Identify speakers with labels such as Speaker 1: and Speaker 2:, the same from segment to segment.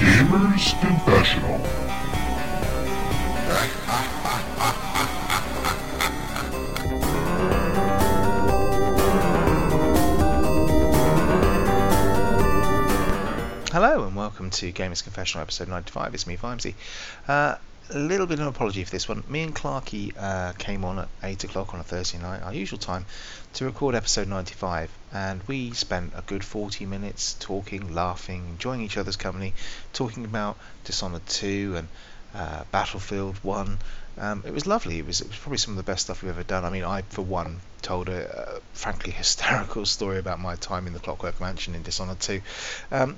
Speaker 1: Who's confessional?
Speaker 2: Hello and welcome to Gamers Confessional episode 95. It's me, Vimesy. Uh, a little bit of an apology for this one. Me and Clarky uh, came on at 8 o'clock on a Thursday night, our usual time, to record episode 95. And we spent a good 40 minutes talking, laughing, enjoying each other's company, talking about Dishonored 2 and uh, Battlefield 1. Um, it was lovely. It was, it was probably some of the best stuff we've ever done. I mean, I, for one, told a, a frankly hysterical story about my time in the Clockwork Mansion in Dishonored 2. Um,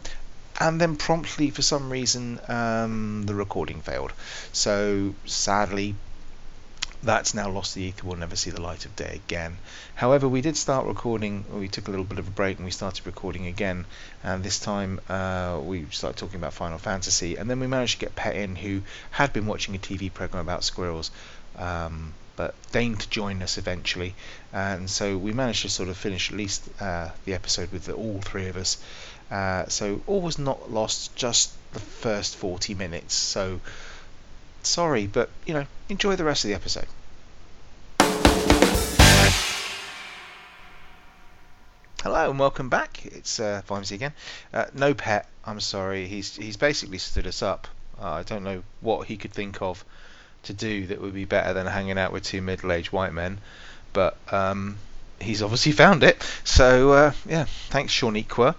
Speaker 2: and then promptly for some reason um, the recording failed so sadly that's now lost the ether we'll never see the light of day again however we did start recording we took a little bit of a break and we started recording again and this time uh, we started talking about final fantasy and then we managed to get pet in who had been watching a tv program about squirrels um, but deigned to join us eventually and so we managed to sort of finish at least uh, the episode with the, all three of us uh, so all was not lost, just the first 40 minutes. So sorry, but you know, enjoy the rest of the episode. Hello and welcome back. It's uh, Vimesy again. Uh, no pet. I'm sorry. He's he's basically stood us up. Uh, I don't know what he could think of to do that would be better than hanging out with two middle-aged white men, but um, he's obviously found it. So uh, yeah, thanks, Shauniqua.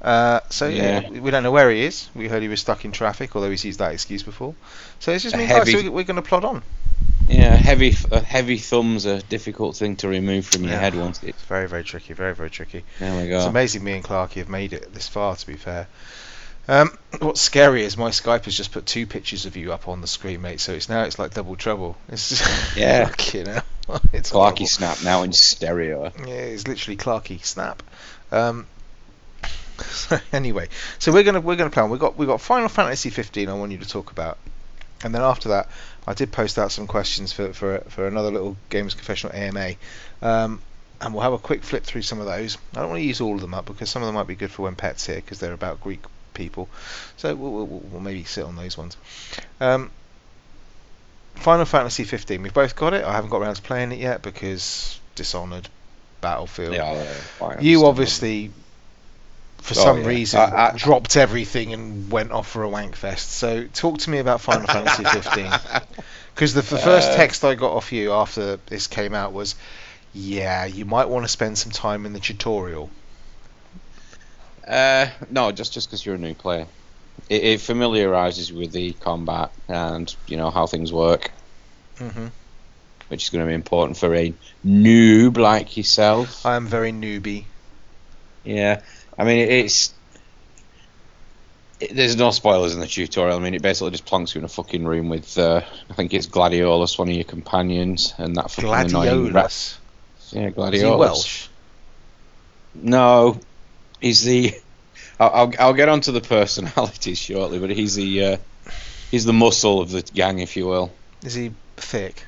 Speaker 2: Uh, so yeah.
Speaker 3: Yeah.
Speaker 2: we don't know where he is. We heard he was stuck in traffic, although he's used that excuse before. So it's just
Speaker 3: A
Speaker 2: means like,
Speaker 3: heavy-
Speaker 2: so we- we're going to plod on.
Speaker 3: Yeah, heavy uh, heavy thumbs a difficult thing to remove from your
Speaker 2: Yeah.
Speaker 3: head once it.
Speaker 2: It's very very tricky, very very tricky.
Speaker 3: Oh my
Speaker 2: It's
Speaker 3: god.
Speaker 2: amazing me and Clarky have made it this far. To be fair. Um, what's scary is my Skype has just put two pictures of you up on the screen, mate. So it's now it's like double trouble. It's just,
Speaker 3: Yeah.
Speaker 2: fucking hell. It's horrible.
Speaker 3: Clarky snap now in stereo.
Speaker 2: Yeah, it's literally Clarky snap. Um, so anyway, so we're gonna we're gonna plan. We got we got Final Fantasy 15. I want you to talk about, and then after that, I did post out some questions for for for another little Games Confessional AMA, um, and we'll have a quick flip through some of those. I don't want to use all of them up because some of them might be good for when Pet's here because they're about Greek people. So we'll, we'll, we'll maybe sit on those ones. Um, Final Fantasy 15. We've both got it. I haven't got around to playing it yet because Dishonored, Battlefield.
Speaker 3: Yeah, uh, fine,
Speaker 2: You
Speaker 3: I'm
Speaker 2: obviously, for
Speaker 3: Oh,
Speaker 2: some
Speaker 3: yeah.
Speaker 2: reason,
Speaker 3: I- I-
Speaker 2: dropped everything and went off for a wank fest. So talk to me about Final Fantasy 15. Because the, the first
Speaker 3: Uh,
Speaker 2: text I got off you after this came out was, "Yeah, you might want to spend some time in the tutorial."
Speaker 3: still- Uh, no, just just because you're a new player, it, it familiarises you with the combat and you know how things work, Mm-hmm.
Speaker 2: hmm
Speaker 3: which is going to be important for a noob like yourself.
Speaker 2: I am very newbie.
Speaker 3: Yeah, I mean it's. It, there's no spoilers in the tutorial. I mean, it basically just plonks you in a fucking room with, uh, I think it's Gladiolus, one of your companions, and that fucking annoying rat.
Speaker 2: Gladiolus.
Speaker 3: Yeah, Gladiolus.
Speaker 2: Is he Welsh?
Speaker 3: No, he's the. I'll, I'll I'll get onto the personalities shortly, but he's the uh, he's the muscle of the gang, if you will.
Speaker 2: Is he thick?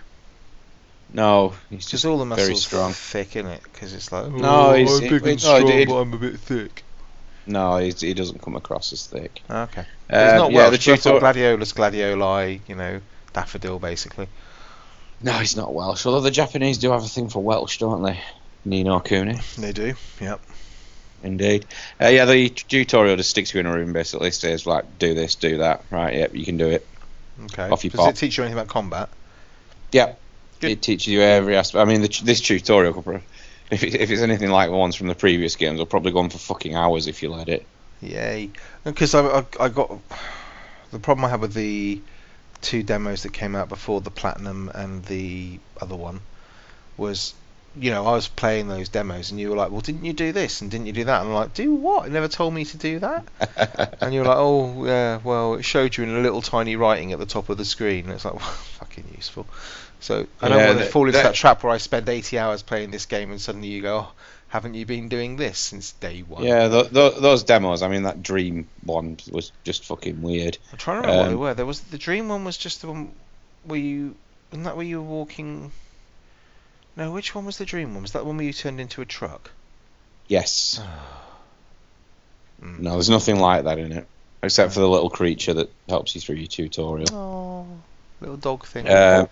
Speaker 3: No, he's
Speaker 2: Because
Speaker 3: just
Speaker 2: all the muscles
Speaker 3: very strong.
Speaker 2: thick in it. Because it's like "Oh,
Speaker 3: No, he's- I'm big and no, strong, it- but
Speaker 2: I'm a bit thick.
Speaker 3: no, he's, he doesn't come across as thick.
Speaker 2: Okay.
Speaker 3: Uh,
Speaker 2: it's not
Speaker 3: yeah, the
Speaker 2: Welsh. but I thought
Speaker 3: tutor-
Speaker 2: gladiolus, gladioli, you know, daffodil, basically.
Speaker 3: No, he's not Welsh. Although the Japanese do have a thing for Welsh, don't they? Nino Kuni.
Speaker 2: They do. Yep.
Speaker 3: Indeed. Uh, yeah, the t- tutorial just sticks you in a room basically, says like, do this, do that. Right, yep, you can do it.
Speaker 2: Okay.
Speaker 3: Off you
Speaker 2: Does
Speaker 3: pop.
Speaker 2: it teach you anything about combat?
Speaker 3: Yep.
Speaker 2: Good.
Speaker 3: It teaches you every aspect. I mean, the, t- this tutorial, could pro- if, it, if it's anything like the ones from the previous games, will probably go on for fucking hours if you let it.
Speaker 2: Yay. Because I, I, I got the problem I had with the two demos that came out before the platinum and the other one was, you know, I was playing those demos and you were like, well, didn't you do this and didn't you do that? And I'm like, do what? It never told me to do that. and you were like, oh, yeah, well, it showed you in a little tiny writing at the top of the screen. And it's like, well, fucking useful. So I don't
Speaker 3: Yeah,
Speaker 2: want to
Speaker 3: that-
Speaker 2: fall into that,
Speaker 3: that-
Speaker 2: trap where I spend 80 hours playing this game and suddenly you go, oh, haven't you been doing this since day one?
Speaker 3: Yeah, th- th- those demos, I mean, that Dream one was just fucking weird.
Speaker 2: I'm trying to remember
Speaker 3: Um,
Speaker 2: what they were. There was the dream one was just the one where you wasn't that where you were walking. No, which one was the dream one? Was that one where you turned into a truck?
Speaker 3: Yes.
Speaker 2: Mm. Hmm.
Speaker 3: No, there's nothing like that in it. except for the little creature that helps you through your tutorial.
Speaker 2: Oh, little dog thing.
Speaker 3: Uh,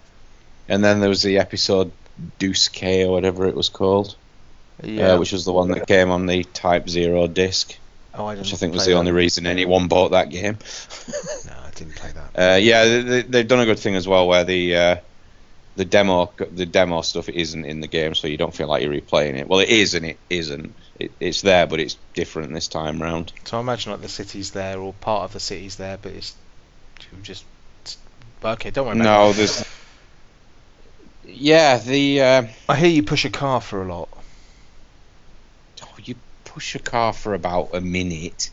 Speaker 3: and then there was the episode Deuce K or whatever it was called,
Speaker 2: yeah.
Speaker 3: uh, which was the one that came on the Type Zero disc,
Speaker 2: oh, I didn't.
Speaker 3: which I think was
Speaker 2: play
Speaker 3: the only
Speaker 2: that.
Speaker 3: reason anyone bought that game.
Speaker 2: No, I didn't play that.
Speaker 3: Uh, yeah, they, they, they've done a good thing as well, where the uh, the demo the demo stuff isn't in the game, so you don't feel like you're replaying it. Well, it is and it isn't. It, it's there, but it's different this time round.
Speaker 2: So I imagine like the city's there or part of the city's there, but it's just it's- okay. Don't worry. About
Speaker 3: No, there's. Yeah, the uh,
Speaker 2: it. I hear you push a car for a lot.
Speaker 3: oh, you push a car for about a minute.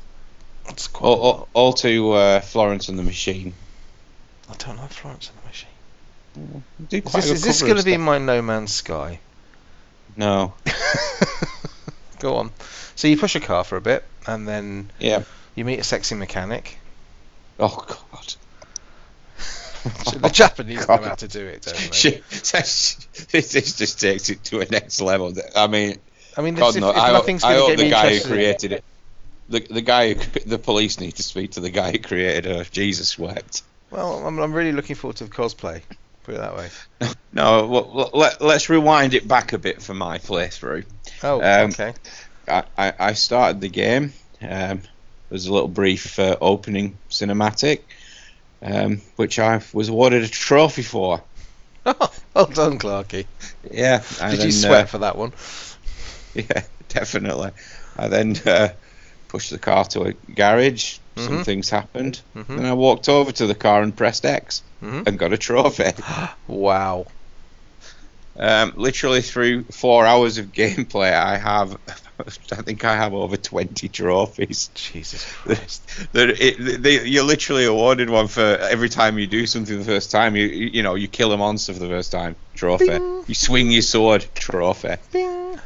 Speaker 2: That's quite.
Speaker 3: All, all, all to uh, Florence and the Machine.
Speaker 2: I don't like Florence and the Machine.
Speaker 3: They do
Speaker 2: Is
Speaker 3: quite
Speaker 2: this,
Speaker 3: a good
Speaker 2: is this
Speaker 3: cover
Speaker 2: going
Speaker 3: of
Speaker 2: to be
Speaker 3: stuff.
Speaker 2: my No Man's Sky?
Speaker 3: No.
Speaker 2: Go on. So you push a car for a bit, and then
Speaker 3: Yeah.
Speaker 2: you meet a sexy mechanic.
Speaker 3: Oh God.
Speaker 2: the Japanese know how
Speaker 3: God.
Speaker 2: to do it, don't they?
Speaker 3: She- this this just takes it to a next level. I mean,
Speaker 2: I mean,
Speaker 3: God
Speaker 2: this, if,
Speaker 3: no!
Speaker 2: if
Speaker 3: I, hope-
Speaker 2: nothing's
Speaker 3: I
Speaker 2: going to
Speaker 3: hope
Speaker 2: get me
Speaker 3: the guy who
Speaker 2: interested in it-
Speaker 3: created it, the the guy, who, cre- the police need to speak to the guy who created her. Jesus wept.
Speaker 2: Well, I'm, I'm really looking forward to the cosplay. Put it that way.
Speaker 3: No, well, let, let's rewind it back a bit for my playthrough.
Speaker 2: Oh,
Speaker 3: Um,
Speaker 2: okay.
Speaker 3: I, I, I started the game. Um, there was a little brief uh, opening cinematic, um, which I was awarded a trophy for.
Speaker 2: well done, Clarky.
Speaker 3: Yeah. and
Speaker 2: Did you
Speaker 3: then, uh,
Speaker 2: sweat for that one?
Speaker 3: Yeah, definitely. I then uh, pushed the car to a garage. Some
Speaker 2: Mhm.
Speaker 3: things happened.
Speaker 2: Mhm.
Speaker 3: Then I walked over to the car and pressed X
Speaker 2: Mhm.
Speaker 3: and got a trophy.
Speaker 2: Wow.
Speaker 3: Um, literally through four hours of gameplay, I have, I think I have over twenty trophies.
Speaker 2: Jesus Christ.
Speaker 3: That it, they, you're literally awarded one for every time you do something the first time. You you know you kill a monster for the first time, trophy.
Speaker 2: Bing.
Speaker 3: You swing your sword, trophy.
Speaker 2: Bing.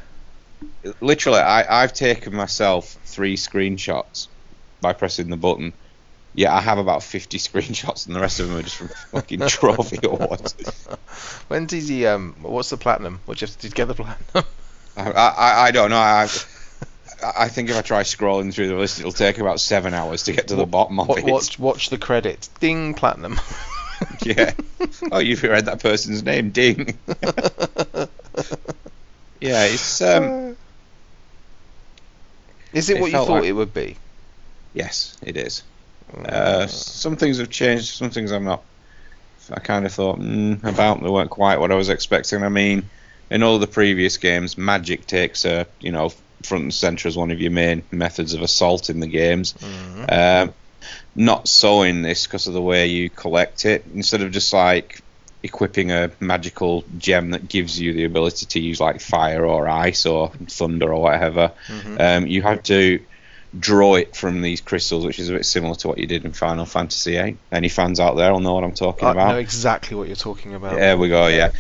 Speaker 3: literally, I, I've taken myself three screenshots by pressing the button. Yeah, I have about 50 screenshots, and the rest of them are just from fucking trophy awards.
Speaker 2: When did he? Um, what's the platinum? What do you have to do to get the platinum?
Speaker 3: I, I, I don't know. I, I think if I try scrolling through the list, it'll take about seven hours to get to the bottom of
Speaker 2: Wa-
Speaker 3: it.
Speaker 2: watch, watch the credits. Ding, platinum.
Speaker 3: Yeah. Oh, you've read that person's name, ding. yeah, it's um,
Speaker 2: Is it
Speaker 3: It
Speaker 2: what you
Speaker 3: felt
Speaker 2: thought
Speaker 3: like-
Speaker 2: it would be?
Speaker 3: yes, it is. Uh, some things have changed. Some things I'm not. I kind of thought mm, about. They weren't quite what I was expecting. I mean, in all the previous games, magic takes a you know front and center as one of your main methods of assault in the games.
Speaker 2: Mhm.
Speaker 3: Um, not so in this because of the way you collect it. Instead of just like equipping a magical gem that gives you the ability to use like fire or ice or thunder or whatever,
Speaker 2: Mhm.
Speaker 3: um, you had to draw it from these crystals, which is a bit similar to what you did in Final Fantasy VIII. Any fans out there will know what I'm talking
Speaker 2: I know
Speaker 3: about.
Speaker 2: exactly what you're talking about.
Speaker 3: There we go. Yeah.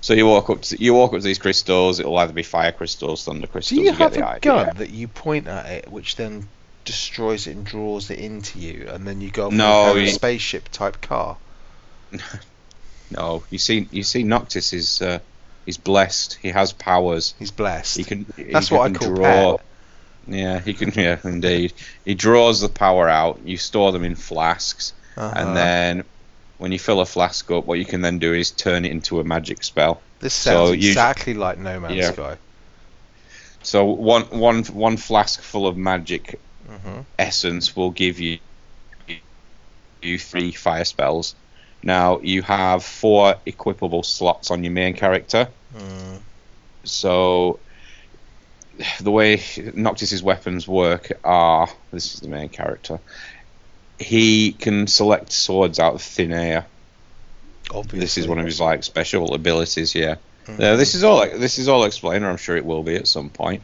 Speaker 3: So you walk up to you walk up to these crystals. It'll either be fire crystals, thunder
Speaker 2: Do
Speaker 3: crystals.
Speaker 2: you
Speaker 3: get
Speaker 2: have
Speaker 3: the
Speaker 2: a
Speaker 3: idea.
Speaker 2: gun that you point at it, which then destroys it and draws it into you, and then you go off in
Speaker 3: No,
Speaker 2: a
Speaker 3: you-
Speaker 2: spaceship type car?
Speaker 3: No, you see, you see, Noctis is uh, is blessed. He has powers.
Speaker 2: He's blessed.
Speaker 3: He can. he
Speaker 2: That's what I
Speaker 3: can
Speaker 2: call
Speaker 3: draw. Yeah, he can. Yeah, indeed. He draws the power out. You store them in flasks,
Speaker 2: Uh-huh.
Speaker 3: and then when you fill a flask up, what you can then do is turn it into a magic spell.
Speaker 2: this
Speaker 3: so
Speaker 2: sounds
Speaker 3: you-
Speaker 2: exactly like No Man's
Speaker 3: Yeah.
Speaker 2: Sky.
Speaker 3: So one one one flask full of magic
Speaker 2: hmm
Speaker 3: essence will give you you three fire spells. Now you have four equipable slots on your main character.
Speaker 2: Mm.
Speaker 3: So the way Noctis's weapons work are this is the main character. He can select swords out of thin air.
Speaker 2: Obviously.
Speaker 3: This is one of his like special abilities. Yeah.
Speaker 2: Mhm.
Speaker 3: Now, this is all this is all explained, or I'm sure it will be at some point.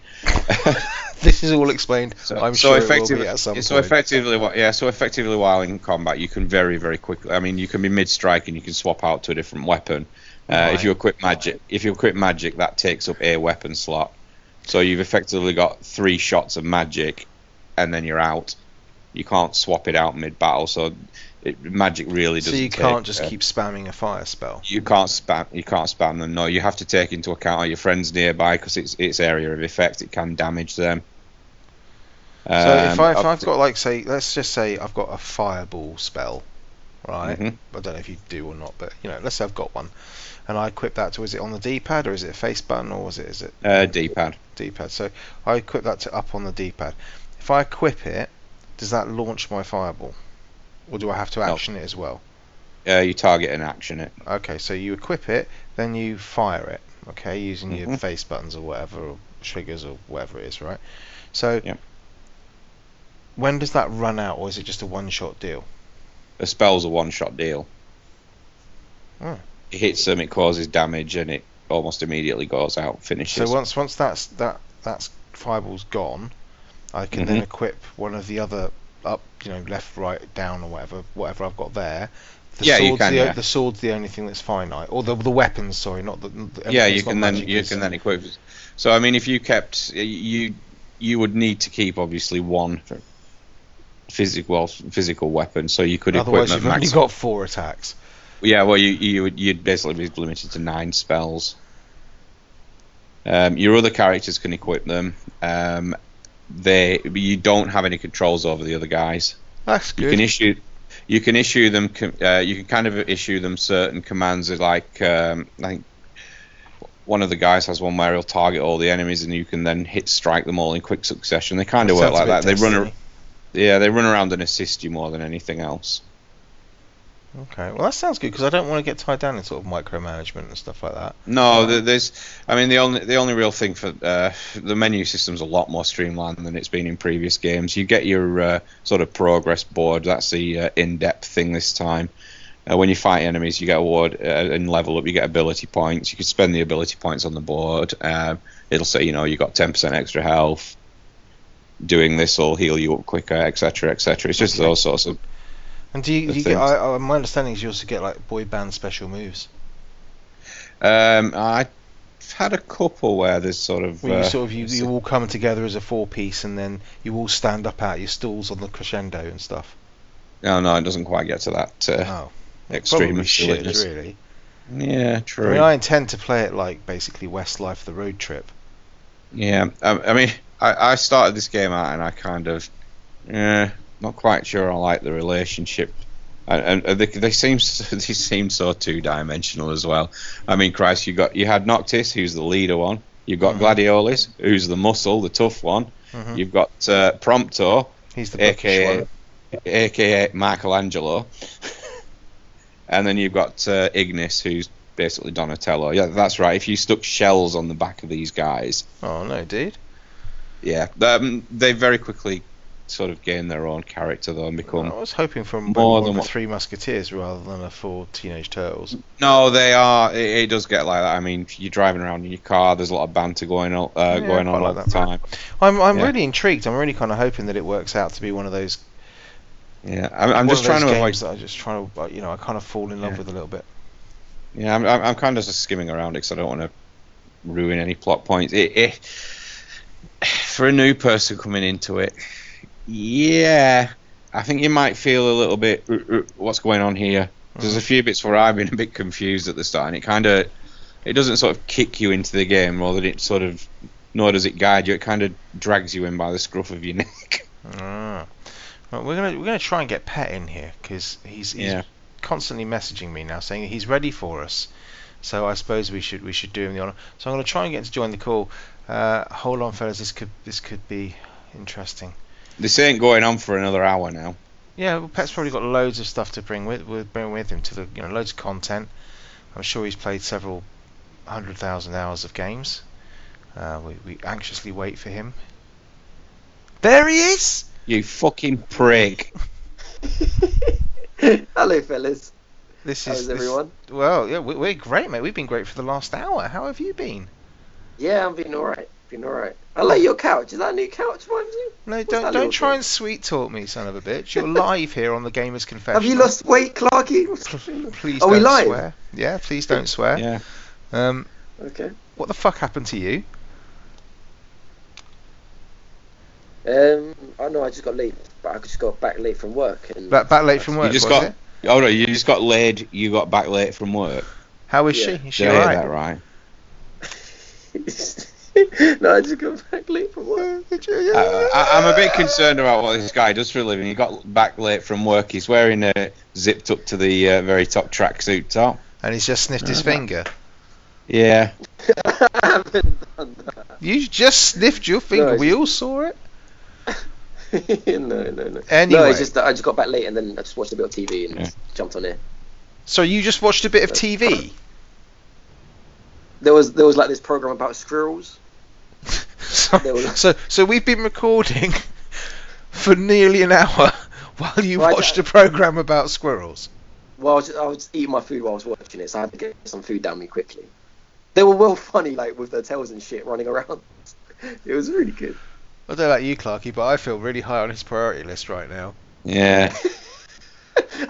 Speaker 2: This is all explained. I'm sure it will be at some
Speaker 3: so
Speaker 2: point.
Speaker 3: effectively, wha- yeah. So effectively, while in combat, you can very, very quickly. I mean, you can be mid-strike and you can swap out to a different weapon. Uh,
Speaker 2: Right.
Speaker 3: If you equip magic, if you equip magic, that takes up a weapon slot. So you've effectively got three shots of magic, and then you're out. You can't swap it out mid-battle. So it, magic really
Speaker 2: so
Speaker 3: doesn't.
Speaker 2: you can't
Speaker 3: take,
Speaker 2: just
Speaker 3: uh,
Speaker 2: keep spamming a fire spell.
Speaker 3: you can't spam. You can't spam them. No, you have to take into account are your friends nearby because it's it's area of effect. It can damage them.
Speaker 2: So if,
Speaker 3: Um,
Speaker 2: I, if I've got like say, let's just say I've got a fireball spell, right?
Speaker 3: Mhm.
Speaker 2: I don't know if you do or not, but you know, let's say I've got one, and I equip that to is it on the D-pad or is it a face button or is it is it
Speaker 3: uh, D-pad,
Speaker 2: D-pad? So I equip that to up on the D-pad. If I equip it, does that launch my fireball, or do I have to
Speaker 3: No.
Speaker 2: action it as well?
Speaker 3: uh, you target and action it.
Speaker 2: Okay, so you equip it, then you fire it. Okay, using your
Speaker 3: Mhm.
Speaker 2: face buttons or whatever, or triggers or whatever it is, right? So
Speaker 3: Yep.
Speaker 2: when does that run out, or is it just a one-shot deal?
Speaker 3: The spell's a one-shot deal.
Speaker 2: Oh.
Speaker 3: It hits them, it causes damage, and it almost immediately goes out, finishes.
Speaker 2: So once once that's that that's fireball's gone, I can then
Speaker 3: Mhm.
Speaker 2: equip one of the other up, you know, left, right, down, or whatever, whatever I've got there. The
Speaker 3: Yeah, you
Speaker 2: sword's
Speaker 3: can,
Speaker 2: The, o-
Speaker 3: yeah.
Speaker 2: the sword's the only thing that's finite, or the the weapons. Sorry, not the. the
Speaker 3: yeah,
Speaker 2: everything's
Speaker 3: you
Speaker 2: got
Speaker 3: can then
Speaker 2: magic
Speaker 3: you
Speaker 2: is-
Speaker 3: can then equip. So I mean, if you kept you you would need to keep obviously one physical well, physical weapon, so you could equip
Speaker 2: Otherwise,
Speaker 3: them
Speaker 2: you've only
Speaker 3: max.
Speaker 2: got four attacks.
Speaker 3: Yeah, well, you you would you'd basically be limited to nine spells. Um, your other characters can equip them. Um, they but you don't have any controls over the other guys.
Speaker 2: That's
Speaker 3: You
Speaker 2: good.
Speaker 3: can issue. You can issue them. com- Uh, you can kind of issue them certain commands, like um, I think one of the guys has one where he'll target all the enemies, and you can then hit strike them all in quick succession. They kind of work
Speaker 2: Sounds a
Speaker 3: like that.
Speaker 2: bit
Speaker 3: They run. ar-
Speaker 2: Destiny.
Speaker 3: Yeah, they run around and assist you more than anything else.
Speaker 2: Okay, well that sounds good because I don't want to get tied down in sort of micromanagement and stuff like that.
Speaker 3: No,
Speaker 2: Right.
Speaker 3: th there's. I mean, the only the only real thing for uh, the menu system's a lot more streamlined than it's been in previous games. You get your uh, sort of progress board. That's the uh, in-depth thing this time. Uh, when you fight enemies, you get award uh, and level up. You get ability points. You can spend the ability points on the board. Um, it'll say, you know, you got 10% extra health. Doing this will heal you up quicker, etc., etc. It's just
Speaker 2: Okay.
Speaker 3: those sorts of.
Speaker 2: And do you,
Speaker 3: The
Speaker 2: do you get?
Speaker 3: things.
Speaker 2: I, I, my understanding is you also get like boy band special moves.
Speaker 3: Um, I've had a couple where there's sort of.
Speaker 2: Where you
Speaker 3: uh,
Speaker 2: sort of you,
Speaker 3: it's-
Speaker 2: you all come together as a four piece and then you all stand up out your stools on the crescendo and stuff.
Speaker 3: No, no, it doesn't quite get to that uh,
Speaker 2: Oh,
Speaker 3: extreme
Speaker 2: probably
Speaker 3: of
Speaker 2: should
Speaker 3: silliness.
Speaker 2: really.
Speaker 3: Yeah,
Speaker 2: I
Speaker 3: true.
Speaker 2: mean, I intend to play it like basically Westlife the road trip.
Speaker 3: yeah, I, I mean, I, I started this game out and I kind of, yeah, not quite sure I like the relationship. And, and they, they seem so, they seem so two dimensional as well. I mean, Christ, you got you had Noctis, who's the leader one. You've got
Speaker 2: Mhm.
Speaker 3: Gladiolus, who's the muscle, the tough one.
Speaker 2: Mhm.
Speaker 3: You've got uh, Prompto,
Speaker 2: He's the bookish
Speaker 3: aka
Speaker 2: one.
Speaker 3: aka Michelangelo, and then you've got uh, Ignis, who's basically Donatello. Yeah, that's right. If you stuck shells on the back of these guys,
Speaker 2: Oh no, dude.
Speaker 3: yeah, um, they very quickly sort of gain their own character though and
Speaker 2: I
Speaker 3: become.
Speaker 2: was hoping for
Speaker 3: More
Speaker 2: more,
Speaker 3: than
Speaker 2: than
Speaker 3: what-
Speaker 2: three Musketeers rather than a four Teenage Turtles.
Speaker 3: No, they are. It, it does get like that. I mean, you're driving around in your car. There's a lot of banter going on, uh,
Speaker 2: Yeah, I quite
Speaker 3: going on all
Speaker 2: like that.
Speaker 3: the time.
Speaker 2: I'm I'm
Speaker 3: Yeah.
Speaker 2: really intrigued. I'm really kind of hoping that it works out to be one of those
Speaker 3: Yeah, I'm, I'm
Speaker 2: one
Speaker 3: just
Speaker 2: of those
Speaker 3: trying to avoid
Speaker 2: games that I just trying to, uh, you know, I kind of fall in love
Speaker 3: Yeah.
Speaker 2: with a little bit.
Speaker 3: Yeah, I'm, I'm, I'm kind of just skimming around it because I don't want to ruin any plot points. It, it, for a new person coming into it, yeah, I think you might feel a little bit "Uh, uh, what's going on here. There's a few bits where I've been a bit confused at the start, and it kind of it doesn't sort of kick you into the game, more than it sort of nor does it guide you. It kind of drags you in by the scruff of your neck.
Speaker 2: Ah. Well, we're gonna we're gonna try and get Pet in here because he's he's
Speaker 3: Yeah.
Speaker 2: constantly messaging me now saying he's ready for us. So I suppose we should we should do him the honor. So I'm gonna try and get him to join the call. Uh, hold on, fellas, this could this could be interesting.
Speaker 3: This ain't going on for another hour now.
Speaker 2: Yeah, well, Pet's probably got loads of stuff to bring with with- bring with him to the you know loads of content. I'm sure he's played several hundred thousand hours of games. Uh, we, we anxiously wait for him. There he is.
Speaker 3: You fucking prick.
Speaker 1: Hello, fellas.
Speaker 2: This
Speaker 1: How's
Speaker 2: is this-
Speaker 1: everyone?
Speaker 2: Well, yeah, we- we're great, mate. We've been great for the last hour. How have you been?
Speaker 1: Yeah, I'm being alright. Being alright. I like your couch. Is that a new couch, mind you?
Speaker 2: No,
Speaker 1: What's
Speaker 2: don't
Speaker 1: that
Speaker 2: don't
Speaker 1: little
Speaker 2: try
Speaker 1: thing?
Speaker 2: and sweet talk me, son of a bitch. You're live here on the Gamers Confession.
Speaker 1: Have you lost weight, Clarky? What's happening?
Speaker 2: Please
Speaker 1: Are
Speaker 2: don't
Speaker 1: we live?
Speaker 2: swear. Yeah, please don't swear.
Speaker 3: Yeah.
Speaker 2: Um,
Speaker 1: Okay.
Speaker 2: what the fuck happened to you?
Speaker 1: Um, I know I just got late, but I just got back late from work. And
Speaker 2: Back, back late from
Speaker 3: You
Speaker 2: work.
Speaker 3: just
Speaker 2: was
Speaker 3: got-
Speaker 2: it?
Speaker 3: Oh no, you just got laid. You got back late from work.
Speaker 2: How is
Speaker 1: Yeah.
Speaker 2: she? Is she
Speaker 3: Did I hear
Speaker 2: alright?
Speaker 3: that right?
Speaker 1: no, I just got back late from work.
Speaker 2: Uh,
Speaker 3: I, Uh, I- I'm a bit concerned about what this guy does for a living. He got back late from work. He's wearing a zipped up to the uh, very top tracksuit top.
Speaker 2: and he's just sniffed his
Speaker 3: Yeah, that-
Speaker 2: finger.
Speaker 3: Yeah.
Speaker 1: I haven't done
Speaker 2: You just sniffed your finger.
Speaker 1: it's
Speaker 2: we all saw it.
Speaker 1: that. no, no, no. No,
Speaker 2: Anyway.
Speaker 1: it's just that I just got back late and then I just watched a bit of TV and
Speaker 3: Yeah.
Speaker 1: jumped on it.
Speaker 2: So you just watched a bit of TV.
Speaker 1: There was there was like this program about squirrels.
Speaker 2: so,
Speaker 1: They were-
Speaker 2: so so we've been recording for nearly an hour while you
Speaker 1: Well, I
Speaker 2: watched a
Speaker 1: don't-
Speaker 2: program about squirrels.
Speaker 1: Well, I was, I was eating my food while I was watching it, so I had to get some food down me quickly. They were well funny, like with their tails and shit running around. It was really good.
Speaker 2: I don't know about you, Clarky, but I feel really high on his priority list right now.
Speaker 3: Yeah.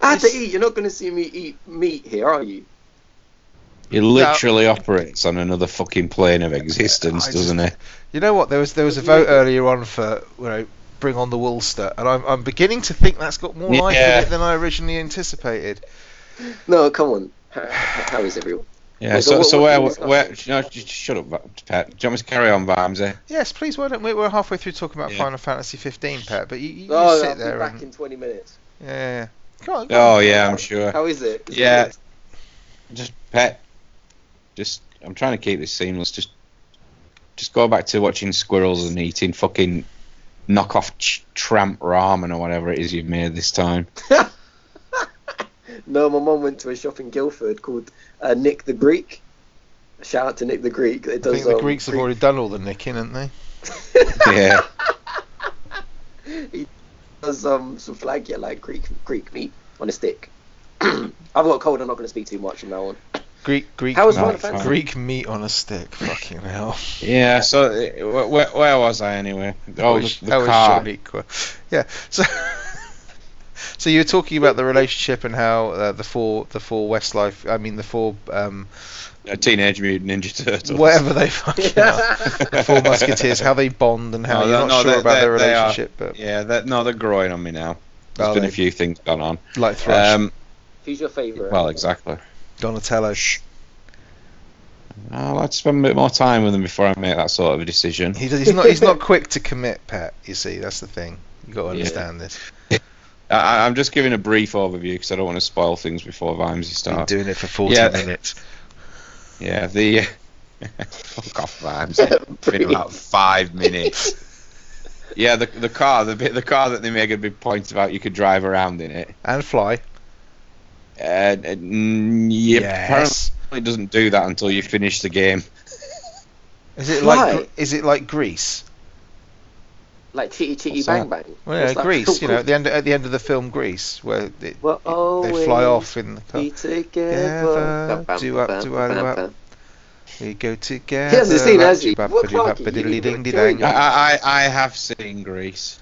Speaker 1: I had to eat. You're not going to see me eat meat here, are you?
Speaker 3: He literally operates on another fucking plane of existence,
Speaker 2: I just-
Speaker 3: doesn't he?
Speaker 2: You know what? There was there was a vote earlier on for you know bring on the Woolster, and I'm I'm beginning to think that's got more life
Speaker 3: Yeah.
Speaker 2: in it than I originally anticipated.
Speaker 1: No, come on. How, how is everyone?
Speaker 3: Yeah.
Speaker 1: Well, so
Speaker 3: so,
Speaker 1: what-
Speaker 3: so
Speaker 1: what
Speaker 3: where,
Speaker 1: was that?
Speaker 3: where? No, just shut up, Pat. Do you want me to carry on, Vamsey?
Speaker 2: Yes, please. Why don't we? We're halfway through talking about
Speaker 3: Yeah.
Speaker 2: Final Fantasy 15, Pat. But you, you just
Speaker 1: Oh, I'll
Speaker 2: sit
Speaker 1: be
Speaker 2: there
Speaker 1: back
Speaker 2: and
Speaker 1: in 20 minutes.
Speaker 2: yeah, yeah. Come on.
Speaker 3: Oh yeah, I'm sure.
Speaker 1: How is it? Is it
Speaker 3: Yeah.
Speaker 1: good?
Speaker 3: Just Pat. Just I'm trying to keep this seamless. Just, just go back to watching squirrels and eating fucking knockoff ch- tramp ramen or whatever it is you've made this time.
Speaker 1: No, my mum went to a shop in Guildford called uh, Nick the Greek. Shout out to Nick the Greek. It
Speaker 2: I
Speaker 1: does,
Speaker 2: think the
Speaker 1: um,
Speaker 2: Greeks have
Speaker 1: Greek-
Speaker 2: already done all the nicking, haven't they?
Speaker 3: Yeah.
Speaker 1: does um, some flag yeah, like Greek Greek meat on a stick. I've got a cold. I'm not going to speak too much from now on.
Speaker 2: Greek Greek
Speaker 1: How was
Speaker 2: meat-
Speaker 1: Final
Speaker 3: Fantasy?
Speaker 2: Greek meat on a stick. Fucking hell.
Speaker 3: Yeah, so uh, where, where was I anyway? Oh,
Speaker 2: That was-
Speaker 3: the, the
Speaker 2: that was
Speaker 3: car.
Speaker 2: Johnny Qu- Yeah. So, so you were talking about the relationship and how uh, the four, the four Westlife, I mean the four, um,
Speaker 3: A Teenage Mutant Ninja Turtles.
Speaker 2: whatever they fucking are, the four Musketeers, how they bond and how
Speaker 3: No,
Speaker 2: you're
Speaker 3: no,
Speaker 2: not
Speaker 3: no,
Speaker 2: sure
Speaker 3: they-
Speaker 2: about their
Speaker 3: they- they are.
Speaker 2: relationship, but
Speaker 3: Yeah, that no, they're growing on me now. There's
Speaker 2: Are
Speaker 3: been a
Speaker 2: they?
Speaker 3: few things gone on.
Speaker 2: like Thrush,
Speaker 3: Um,
Speaker 1: Who's your favourite?
Speaker 3: well, exactly.
Speaker 2: Donatello.
Speaker 3: I'd like to spend a bit more time with them before I make that sort of a decision.
Speaker 2: He, does- he's not he's not quick to commit, Pat. You see, that's the thing. You got to
Speaker 1: Yeah.
Speaker 2: understand this.
Speaker 3: I, I'm just giving a brief overview because I don't want to spoil things before Vimesy
Speaker 2: Been
Speaker 3: starts.
Speaker 2: doing it for 40
Speaker 3: Yeah.
Speaker 2: minutes.
Speaker 3: Yeah, the uh, fuck off Vimesy. It's been about five minutes. Yeah, the the car, the bit, the car that they make a big point about, you could drive around in it.
Speaker 2: And Fly.
Speaker 3: Uh, n- yeah, apparently
Speaker 2: yes.
Speaker 3: It doesn't do that until you finish the game.
Speaker 2: Is it like
Speaker 1: Fly?
Speaker 2: Gre- is it like Greece?
Speaker 1: like Chitty Chitty
Speaker 3: What's
Speaker 1: Bang Bang.
Speaker 2: Well, yeah,
Speaker 1: What's that
Speaker 2: Greece.
Speaker 1: film
Speaker 2: You know,
Speaker 1: called?
Speaker 2: at the end at the end of the film Greece, where it,
Speaker 1: We'll
Speaker 2: they fly
Speaker 1: always
Speaker 2: off in the car.
Speaker 1: Be together.
Speaker 2: Together, do up, do up, do up. We go together.
Speaker 1: He hasn't seen it, has he?
Speaker 2: Bap-
Speaker 1: What
Speaker 2: bap-
Speaker 1: fuck
Speaker 2: bap-
Speaker 1: are you
Speaker 2: ding- ding-
Speaker 1: doing?
Speaker 3: I,
Speaker 2: dang.
Speaker 3: I, I I have seen Greece.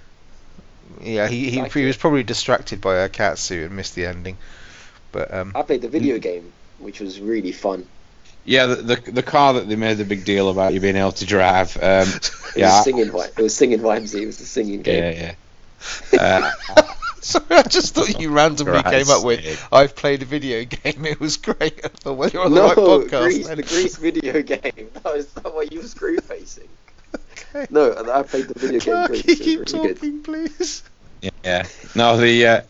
Speaker 2: Yeah, he, he, he was probably distracted by a cat suit and missed the ending. But um,
Speaker 1: I played the video game, which was really fun.
Speaker 3: Yeah, the, the the car that they made the big deal about you being able to drive. Um,
Speaker 1: It
Speaker 3: yeah,
Speaker 1: was singing. vi- It was singing vibes. It was a singing game.
Speaker 3: yeah, yeah. Uh,
Speaker 2: sorry, I just thought you randomly
Speaker 3: Christ
Speaker 2: came up with
Speaker 3: sake.
Speaker 2: I've played a video game. It was great. I thought, well, you're on the
Speaker 1: No,
Speaker 2: right podcast.
Speaker 1: Grease,
Speaker 2: then.
Speaker 1: the Grease video game. That was not what you were screw facing. No, I played the video game
Speaker 2: Clark,
Speaker 1: Grease.
Speaker 2: you
Speaker 1: It was
Speaker 2: keep
Speaker 1: really good.
Speaker 2: talking, please.
Speaker 3: yeah. No, the uh,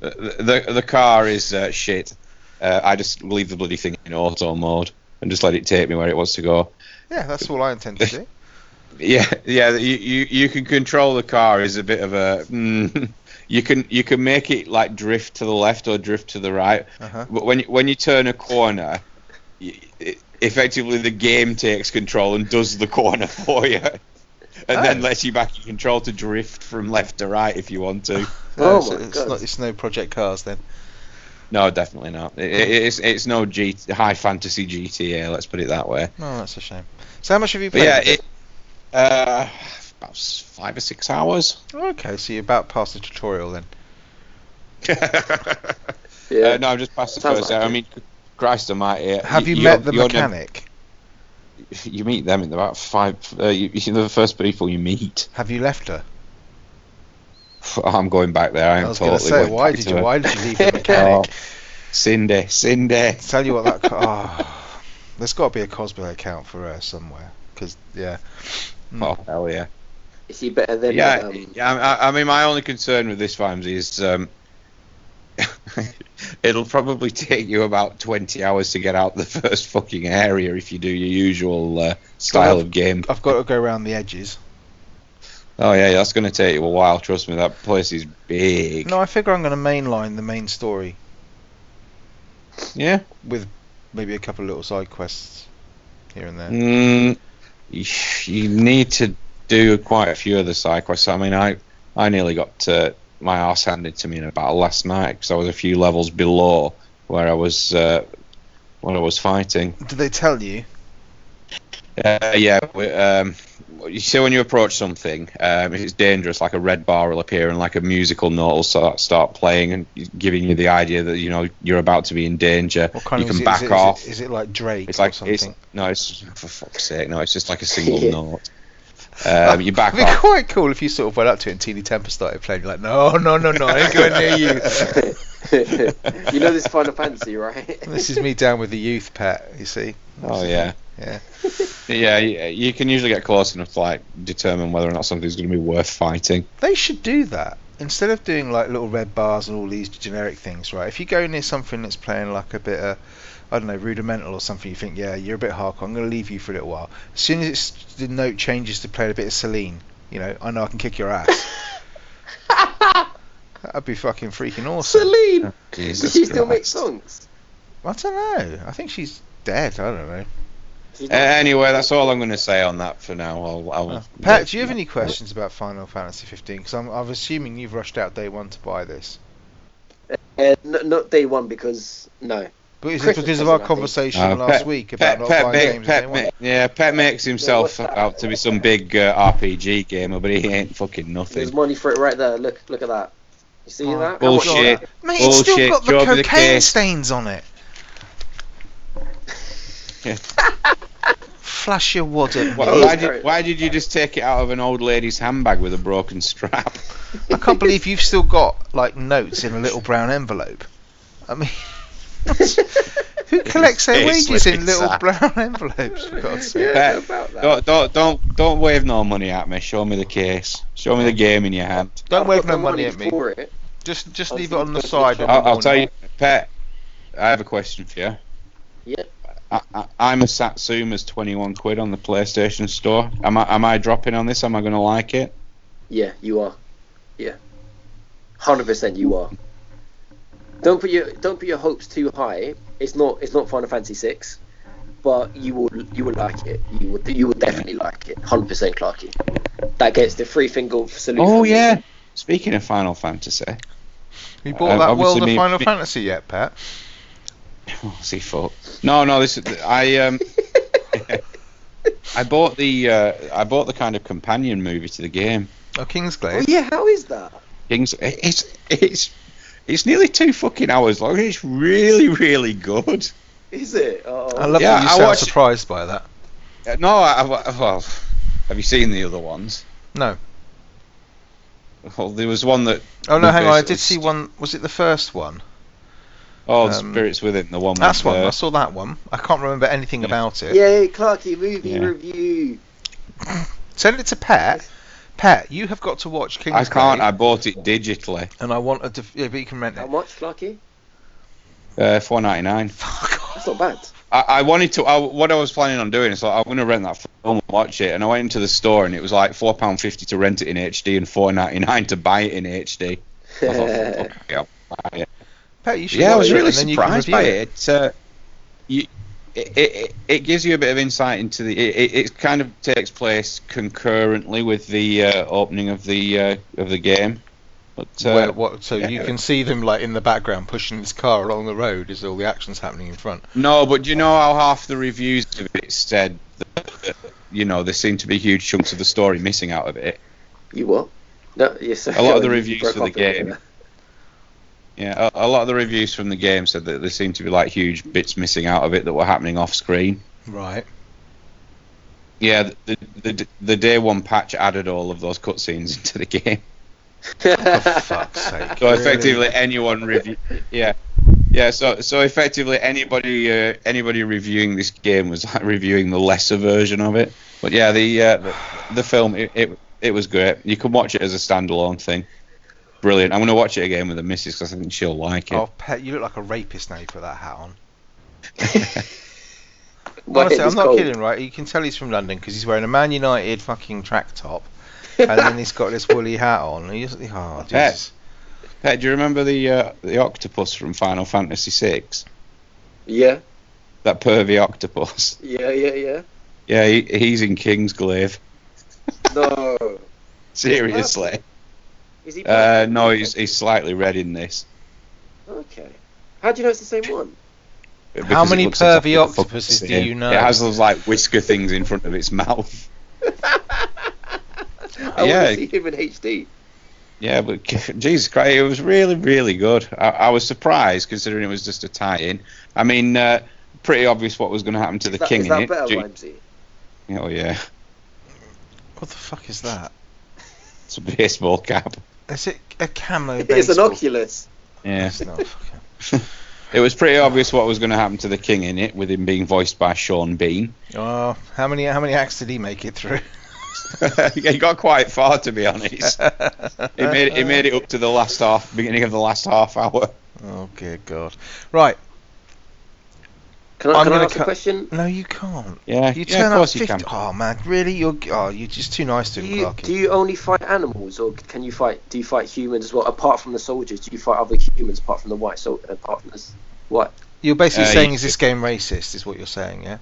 Speaker 3: the the- the car is uh, shit. Uh, I just leave the bloody thing in auto mode and just let it take me where it wants to go.
Speaker 2: Yeah, that's all I intend to do.
Speaker 3: Yeah, yeah. You, you, you can control the car is a bit of a. Mm, you can you can make it like drift to the left or drift to the right.
Speaker 2: Uh-huh.
Speaker 3: But when you- when you turn a corner, y it, effectively the game takes control and does the corner for you, and
Speaker 2: Oh.
Speaker 3: then lets you back in control to drift from left to right if you want to.
Speaker 1: Oh
Speaker 2: so
Speaker 1: my
Speaker 2: it's,
Speaker 1: God.
Speaker 2: not, it's no Project Cars then.
Speaker 3: No, definitely not. It, it, it's it's no G, high fantasy GTA. Let's put it that way.
Speaker 2: No, that's a shame. So how much have you
Speaker 3: But
Speaker 2: played?
Speaker 3: yeah,
Speaker 2: of it?
Speaker 3: it, uh, about s- five or six hours.
Speaker 2: Okay, so you're about past the tutorial then.
Speaker 1: Yeah.
Speaker 3: Uh, no, I'm just past the
Speaker 1: Sounds
Speaker 3: first.
Speaker 1: like
Speaker 3: I
Speaker 1: it.
Speaker 3: mean, Christ Almighty! uh,
Speaker 2: Have you,
Speaker 3: you're-
Speaker 2: met the
Speaker 3: you're never-
Speaker 2: mechanic?
Speaker 3: you meet them in about five. Uh, you, you're the first people you meet.
Speaker 2: Have you left her?
Speaker 3: I'm going back there. I
Speaker 2: I
Speaker 3: am
Speaker 2: was going
Speaker 3: totally
Speaker 2: to say,
Speaker 3: going
Speaker 2: why
Speaker 3: back
Speaker 2: did
Speaker 3: to
Speaker 2: you?
Speaker 3: it.
Speaker 2: Why did you leave the mechanic?
Speaker 3: Cindy, Cindy.
Speaker 2: Ah. Tell you what, that. co- Oh, there's got to be a Cosplay account for her somewhere. because yeah. Mm.
Speaker 3: Oh hell yeah.
Speaker 1: Is he better than?
Speaker 3: yeah,
Speaker 1: um,
Speaker 3: yeah. I, I mean, my only concern with this Vimesy is um, it'll probably take you about twenty hours to get out the first fucking area if you do your usual uh, style of game.
Speaker 2: I've got to go around the edges.
Speaker 3: Oh yeah, that's going to take you a while. Trust me, that place is big.
Speaker 2: No, I figure I'm going to mainline the main story
Speaker 3: Yeah.
Speaker 2: with maybe a couple of little side quests here and there.
Speaker 3: Mm, you, you need to do quite a few of the side quests. I mean, I I nearly got uh my ass handed to me in a battle last night because I was a few levels below where I was uh, when I was fighting.
Speaker 2: Did they tell you?
Speaker 3: Uh, yeah. we- Um, you see, when you approach something, um, if it's dangerous, like a red bar will appear and like a musical note will start, start playing and giving you the idea that you know you're about to be in danger.
Speaker 2: What kind
Speaker 3: you
Speaker 2: of
Speaker 3: can
Speaker 2: is it-
Speaker 3: back
Speaker 2: is it, is it-
Speaker 3: off.
Speaker 2: Is it, like Drake
Speaker 3: it's
Speaker 2: or
Speaker 3: like
Speaker 2: something?
Speaker 3: it's, no, it's for fuck's sake, no, it's just like a single
Speaker 1: Yeah.
Speaker 3: note. Um, you back
Speaker 2: It'd be
Speaker 3: off.
Speaker 2: quite cool if you sort of went up to it and Teeny Temper started playing. You're like, no, no, no, no, I ain't going near you.
Speaker 1: you know this Final Fantasy, right?
Speaker 2: this is me down with the youth, Pat. You see?
Speaker 3: Oh yeah.
Speaker 2: Yeah.
Speaker 3: yeah, yeah. You can usually get close enough to like determine whether or not something's going to be worth fighting.
Speaker 2: They should do that instead of doing like little red bars and all these generic things, right? If you go near something that's playing like a bit of, I don't know, rudimental or something, you think, yeah, you're a bit hardcore. I'm going to leave you for a little while. As soon as it's, the note changes to playing a bit of Celine, you know, I know I can kick your ass. That'd be fucking freaking awesome. Oh,
Speaker 1: Celine. Does
Speaker 3: Jesus
Speaker 1: she still make
Speaker 3: Christ.
Speaker 1: songs?
Speaker 2: I don't know. I think she's dead. I don't know.
Speaker 1: She's
Speaker 3: A- Anyway, that's all I'm going to say on that for now. I'll, I'll
Speaker 2: Pat, do you have any questions about Final Fantasy 15? Because I'm, I'm assuming you've rushed out day one to buy this.
Speaker 1: Uh, n- not day one because no.
Speaker 2: But is it
Speaker 1: Christmas
Speaker 2: because of
Speaker 1: present,
Speaker 2: our
Speaker 1: I think.
Speaker 2: conversation
Speaker 3: Uh,
Speaker 2: last
Speaker 3: Pet-
Speaker 2: week about
Speaker 3: Pet,
Speaker 2: not
Speaker 3: Pet,
Speaker 2: buying
Speaker 3: make-
Speaker 2: games
Speaker 3: Pet,
Speaker 2: day one?
Speaker 3: make- yeah, Pet makes himself
Speaker 1: what's that?
Speaker 3: out to be some big uh, RPG gamer, but he ain't fucking nothing.
Speaker 1: There's money for it right there. Look, look at that. You see
Speaker 2: Oh,
Speaker 1: that?
Speaker 3: Bullshit.
Speaker 2: Mate, it's still
Speaker 3: Bullshit,
Speaker 2: got the
Speaker 3: job of the
Speaker 2: cocaine
Speaker 3: case.
Speaker 2: stains on it.
Speaker 3: Yeah.
Speaker 2: Flash your wad at
Speaker 3: Why,
Speaker 1: Oh,
Speaker 2: me.
Speaker 3: why,
Speaker 1: sorry.
Speaker 3: did, why did you just take it out of an old lady's handbag with a broken strap?
Speaker 2: I can't believe you've still got like notes in a little brown envelope. I mean, who collects their
Speaker 3: It's
Speaker 2: wages in
Speaker 3: like
Speaker 2: little
Speaker 3: that.
Speaker 2: brown envelopes? For God's sake.
Speaker 1: yeah, about that.
Speaker 3: Don't, don't, don't, don't wave no money at me. Show me the case. Show me the game in your hand.
Speaker 2: Don't
Speaker 1: I've
Speaker 2: wave
Speaker 1: got
Speaker 2: no
Speaker 1: the
Speaker 2: money at me.
Speaker 1: for it.
Speaker 2: Just just
Speaker 1: I'll
Speaker 2: leave it
Speaker 1: see
Speaker 2: on the
Speaker 1: if I can
Speaker 2: side. in the
Speaker 1: find-
Speaker 3: I'll, I'll
Speaker 2: morning.
Speaker 3: tell you, Pet. I have a question for you.
Speaker 1: Yeah.
Speaker 3: I, I, I'm a Satsuma's 21 quid on the PlayStation Store. Am I, am I dropping on this? Am I going to like it?
Speaker 1: Yeah, you are. Yeah, hundred percent, you are. Don't put your don't put your hopes too high. It's not it's not Final Fantasy six, but you will you will like it. You would you will definitely like it. Hundred percent, Clarky. That gets the free finger salute.
Speaker 3: Oh
Speaker 1: from me.
Speaker 3: yeah. Speaking of Final Fantasy,
Speaker 2: Have you bought
Speaker 3: Um,
Speaker 2: that
Speaker 3: obviously
Speaker 2: World of
Speaker 3: me-
Speaker 2: Final
Speaker 3: me-
Speaker 2: Fantasy yet, Pat?
Speaker 3: oh, see fuck. No, no. This is- I um. I bought the uh, I bought the kind of companion movie to the game.
Speaker 2: Oh,
Speaker 1: Oh
Speaker 2: Kingsglaive.
Speaker 1: yeah, how is that?
Speaker 3: Kings. it- It's it's it's nearly two fucking hours long. It's really really good.
Speaker 1: Is it? Oh,
Speaker 2: I love
Speaker 3: Yeah,
Speaker 2: that you
Speaker 3: I
Speaker 2: sound
Speaker 3: watched-
Speaker 2: surprised by that.
Speaker 3: Uh, No, I, I- well, have you seen the other ones?
Speaker 2: No.
Speaker 3: Well, there was one that
Speaker 2: Oh no,
Speaker 3: Well,
Speaker 2: hang on. I
Speaker 3: basically
Speaker 2: did see
Speaker 3: st-
Speaker 2: one. Was it the first one?
Speaker 3: Mm, oh, the
Speaker 2: Um,
Speaker 3: spirits within the one.
Speaker 2: That's
Speaker 3: with,
Speaker 2: one.
Speaker 3: uh,
Speaker 2: I saw that one. I can't remember anything
Speaker 3: Yeah.
Speaker 2: about it.
Speaker 1: Yay, Clarky movie
Speaker 3: Yeah.
Speaker 1: review.
Speaker 2: Send it to Pat. Pat, you have got to watch Kingsglaive.
Speaker 3: I can't. I bought it digitally
Speaker 2: And I want a. Def- yeah, but you can rent
Speaker 1: How
Speaker 2: it.
Speaker 1: much, Clarky?
Speaker 3: uh, four ninety nine.
Speaker 2: Fuck
Speaker 1: That's
Speaker 2: off.
Speaker 1: not bad.
Speaker 3: I, I wanted to. I, what I was planning on doing is like I'm going to rent that film and watch it. And I went into the store and it was like four pound fifty to rent it in HD and four ninety nine to buy it in HD. I thought, okay, I'll buy it.
Speaker 2: Pat, you should.
Speaker 3: Yeah, I
Speaker 2: watch
Speaker 3: was
Speaker 2: it,
Speaker 3: really
Speaker 2: and then you can
Speaker 3: surprised
Speaker 2: review
Speaker 3: by
Speaker 2: it.
Speaker 3: it. It's, uh, you, it, it, it gives you a bit of insight into the. It, it, it kind of takes place concurrently with the uh, opening of the uh, of the game. But uh,
Speaker 2: Where, what, so
Speaker 3: yeah.
Speaker 2: you can see them like in the background pushing this car along the road as all the action's happening in front.
Speaker 3: no, but do you know how half the reviews of it said that you know there seem to be huge chunks of the story missing out of it.
Speaker 1: You what? No, yes.
Speaker 3: A lot of the reviews for the game. Yeah, a, a lot of the reviews from the game said that there seemed to be like huge bits missing out of it that were happening off screen.
Speaker 2: Right.
Speaker 3: Yeah, the the, the day one patch added all of those cutscenes into the game.
Speaker 2: For fuck's sake.
Speaker 3: So
Speaker 2: really?
Speaker 3: effectively, anyone review, yeah, Yeah, so so effectively anybody uh, anybody reviewing this game was reviewing the lesser version of it. But yeah, the uh, the, the film it, it it was great. You can watch it as a standalone thing. Brilliant. I'm gonna watch it again with the missus because I think she'll like it.
Speaker 2: Oh, Pet, you look like a rapist now you put that hat on.
Speaker 1: My
Speaker 2: Honestly,
Speaker 1: head is
Speaker 2: I'm not
Speaker 1: cold.
Speaker 2: kidding, right? You can tell he's from London because he's wearing a Man United fucking track top, and then he's got this woolly hat on. He just, oh,
Speaker 3: Pet.
Speaker 2: Jesus.
Speaker 3: Hey, do you remember the uh, the octopus from Final Fantasy VI?
Speaker 1: Yeah,
Speaker 3: That pervy octopus.
Speaker 1: yeah, yeah, yeah.
Speaker 3: Yeah, he, he's in Kingsglaive.
Speaker 1: No.
Speaker 3: Seriously.
Speaker 1: Is he
Speaker 3: Uh, no, he's, he's slightly red in this.
Speaker 1: Okay. How do you know it's the same one?
Speaker 3: because it
Speaker 2: many
Speaker 3: looks exactly
Speaker 2: pervy
Speaker 3: the fuck
Speaker 2: octopuses
Speaker 3: the
Speaker 2: do
Speaker 3: same.
Speaker 2: you know?
Speaker 3: It has those like whisker things in front of its mouth.
Speaker 1: I want
Speaker 3: Yeah.
Speaker 1: to see him in HD.
Speaker 3: Yeah, but Jesus Christ, it was really, really good. I, I was surprised considering it was just a tie-in. I mean, uh, pretty obvious what was going to happen to the
Speaker 1: Is that,
Speaker 3: king
Speaker 1: is that
Speaker 3: in
Speaker 1: better,
Speaker 3: it. Do you-
Speaker 1: Ramsey?
Speaker 3: oh yeah,
Speaker 2: What the fuck is that?
Speaker 3: it's a baseball cap.
Speaker 2: Is it a camo
Speaker 1: It's an
Speaker 2: baseball?
Speaker 1: Oculus.
Speaker 3: Yeah.
Speaker 2: It's not fucking-
Speaker 3: It was pretty obvious what was going to happen to the king in it, with him being voiced by Sean Bean.
Speaker 2: Oh, how many how many acts did he make it through?
Speaker 3: he got quite far, to be honest. He
Speaker 2: Uh,
Speaker 3: made he made it up to the last half, beginning of the last half hour.
Speaker 2: Oh, dear God. Right.
Speaker 1: Can I,
Speaker 2: I'm
Speaker 1: can I
Speaker 2: gonna
Speaker 1: ask a
Speaker 2: cut-
Speaker 1: question?
Speaker 2: No, you can't.
Speaker 3: Yeah,
Speaker 2: You
Speaker 3: yeah,
Speaker 2: turn
Speaker 3: of course
Speaker 2: up
Speaker 3: you
Speaker 2: 50...
Speaker 3: can.
Speaker 2: Oh, man, really? You're, oh, you're just too nice to
Speaker 1: Do
Speaker 2: him,
Speaker 1: you,
Speaker 2: Clarky.
Speaker 1: do you only fight animals, or can you fight? Do you fight humans as well? Apart from the soldiers, do you fight other humans apart from the white? So apart from this, what?
Speaker 2: You're basically
Speaker 3: Uh,
Speaker 2: saying,
Speaker 3: you-
Speaker 2: is this game racist, is what you're saying, yeah?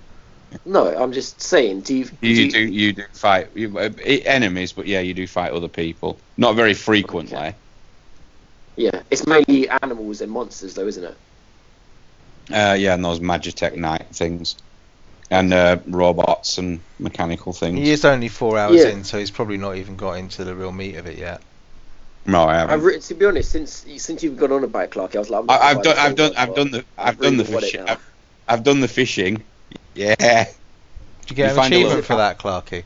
Speaker 1: No, I'm just saying. Do you?
Speaker 3: You, do you do fight you, uh, enemies, but yeah, you do fight other people. Not very frequently.
Speaker 1: Yeah, it's mainly animals and monsters, though, isn't it?
Speaker 3: Uh, yeah, and those Magitech Knight things, and uh, robots and mechanical things.
Speaker 2: He is only four hours
Speaker 1: Yeah.
Speaker 2: in, so he's probably not even got into the real meat of it yet.
Speaker 3: No, I haven't.
Speaker 1: I've written, to be honest, since since you've gone on about it, Clark, I was like, I'm not
Speaker 3: I, I've
Speaker 1: gonna
Speaker 3: done.
Speaker 1: buy
Speaker 3: I've
Speaker 1: this
Speaker 3: done.
Speaker 1: thing,
Speaker 3: I've
Speaker 1: but
Speaker 3: done the. I've done the
Speaker 1: really want it
Speaker 3: fishing.
Speaker 1: now.
Speaker 3: I've, I've done the fishing. Yeah.
Speaker 2: Did you get an
Speaker 3: You find a
Speaker 2: achievement
Speaker 3: little-
Speaker 2: for that, Clarky?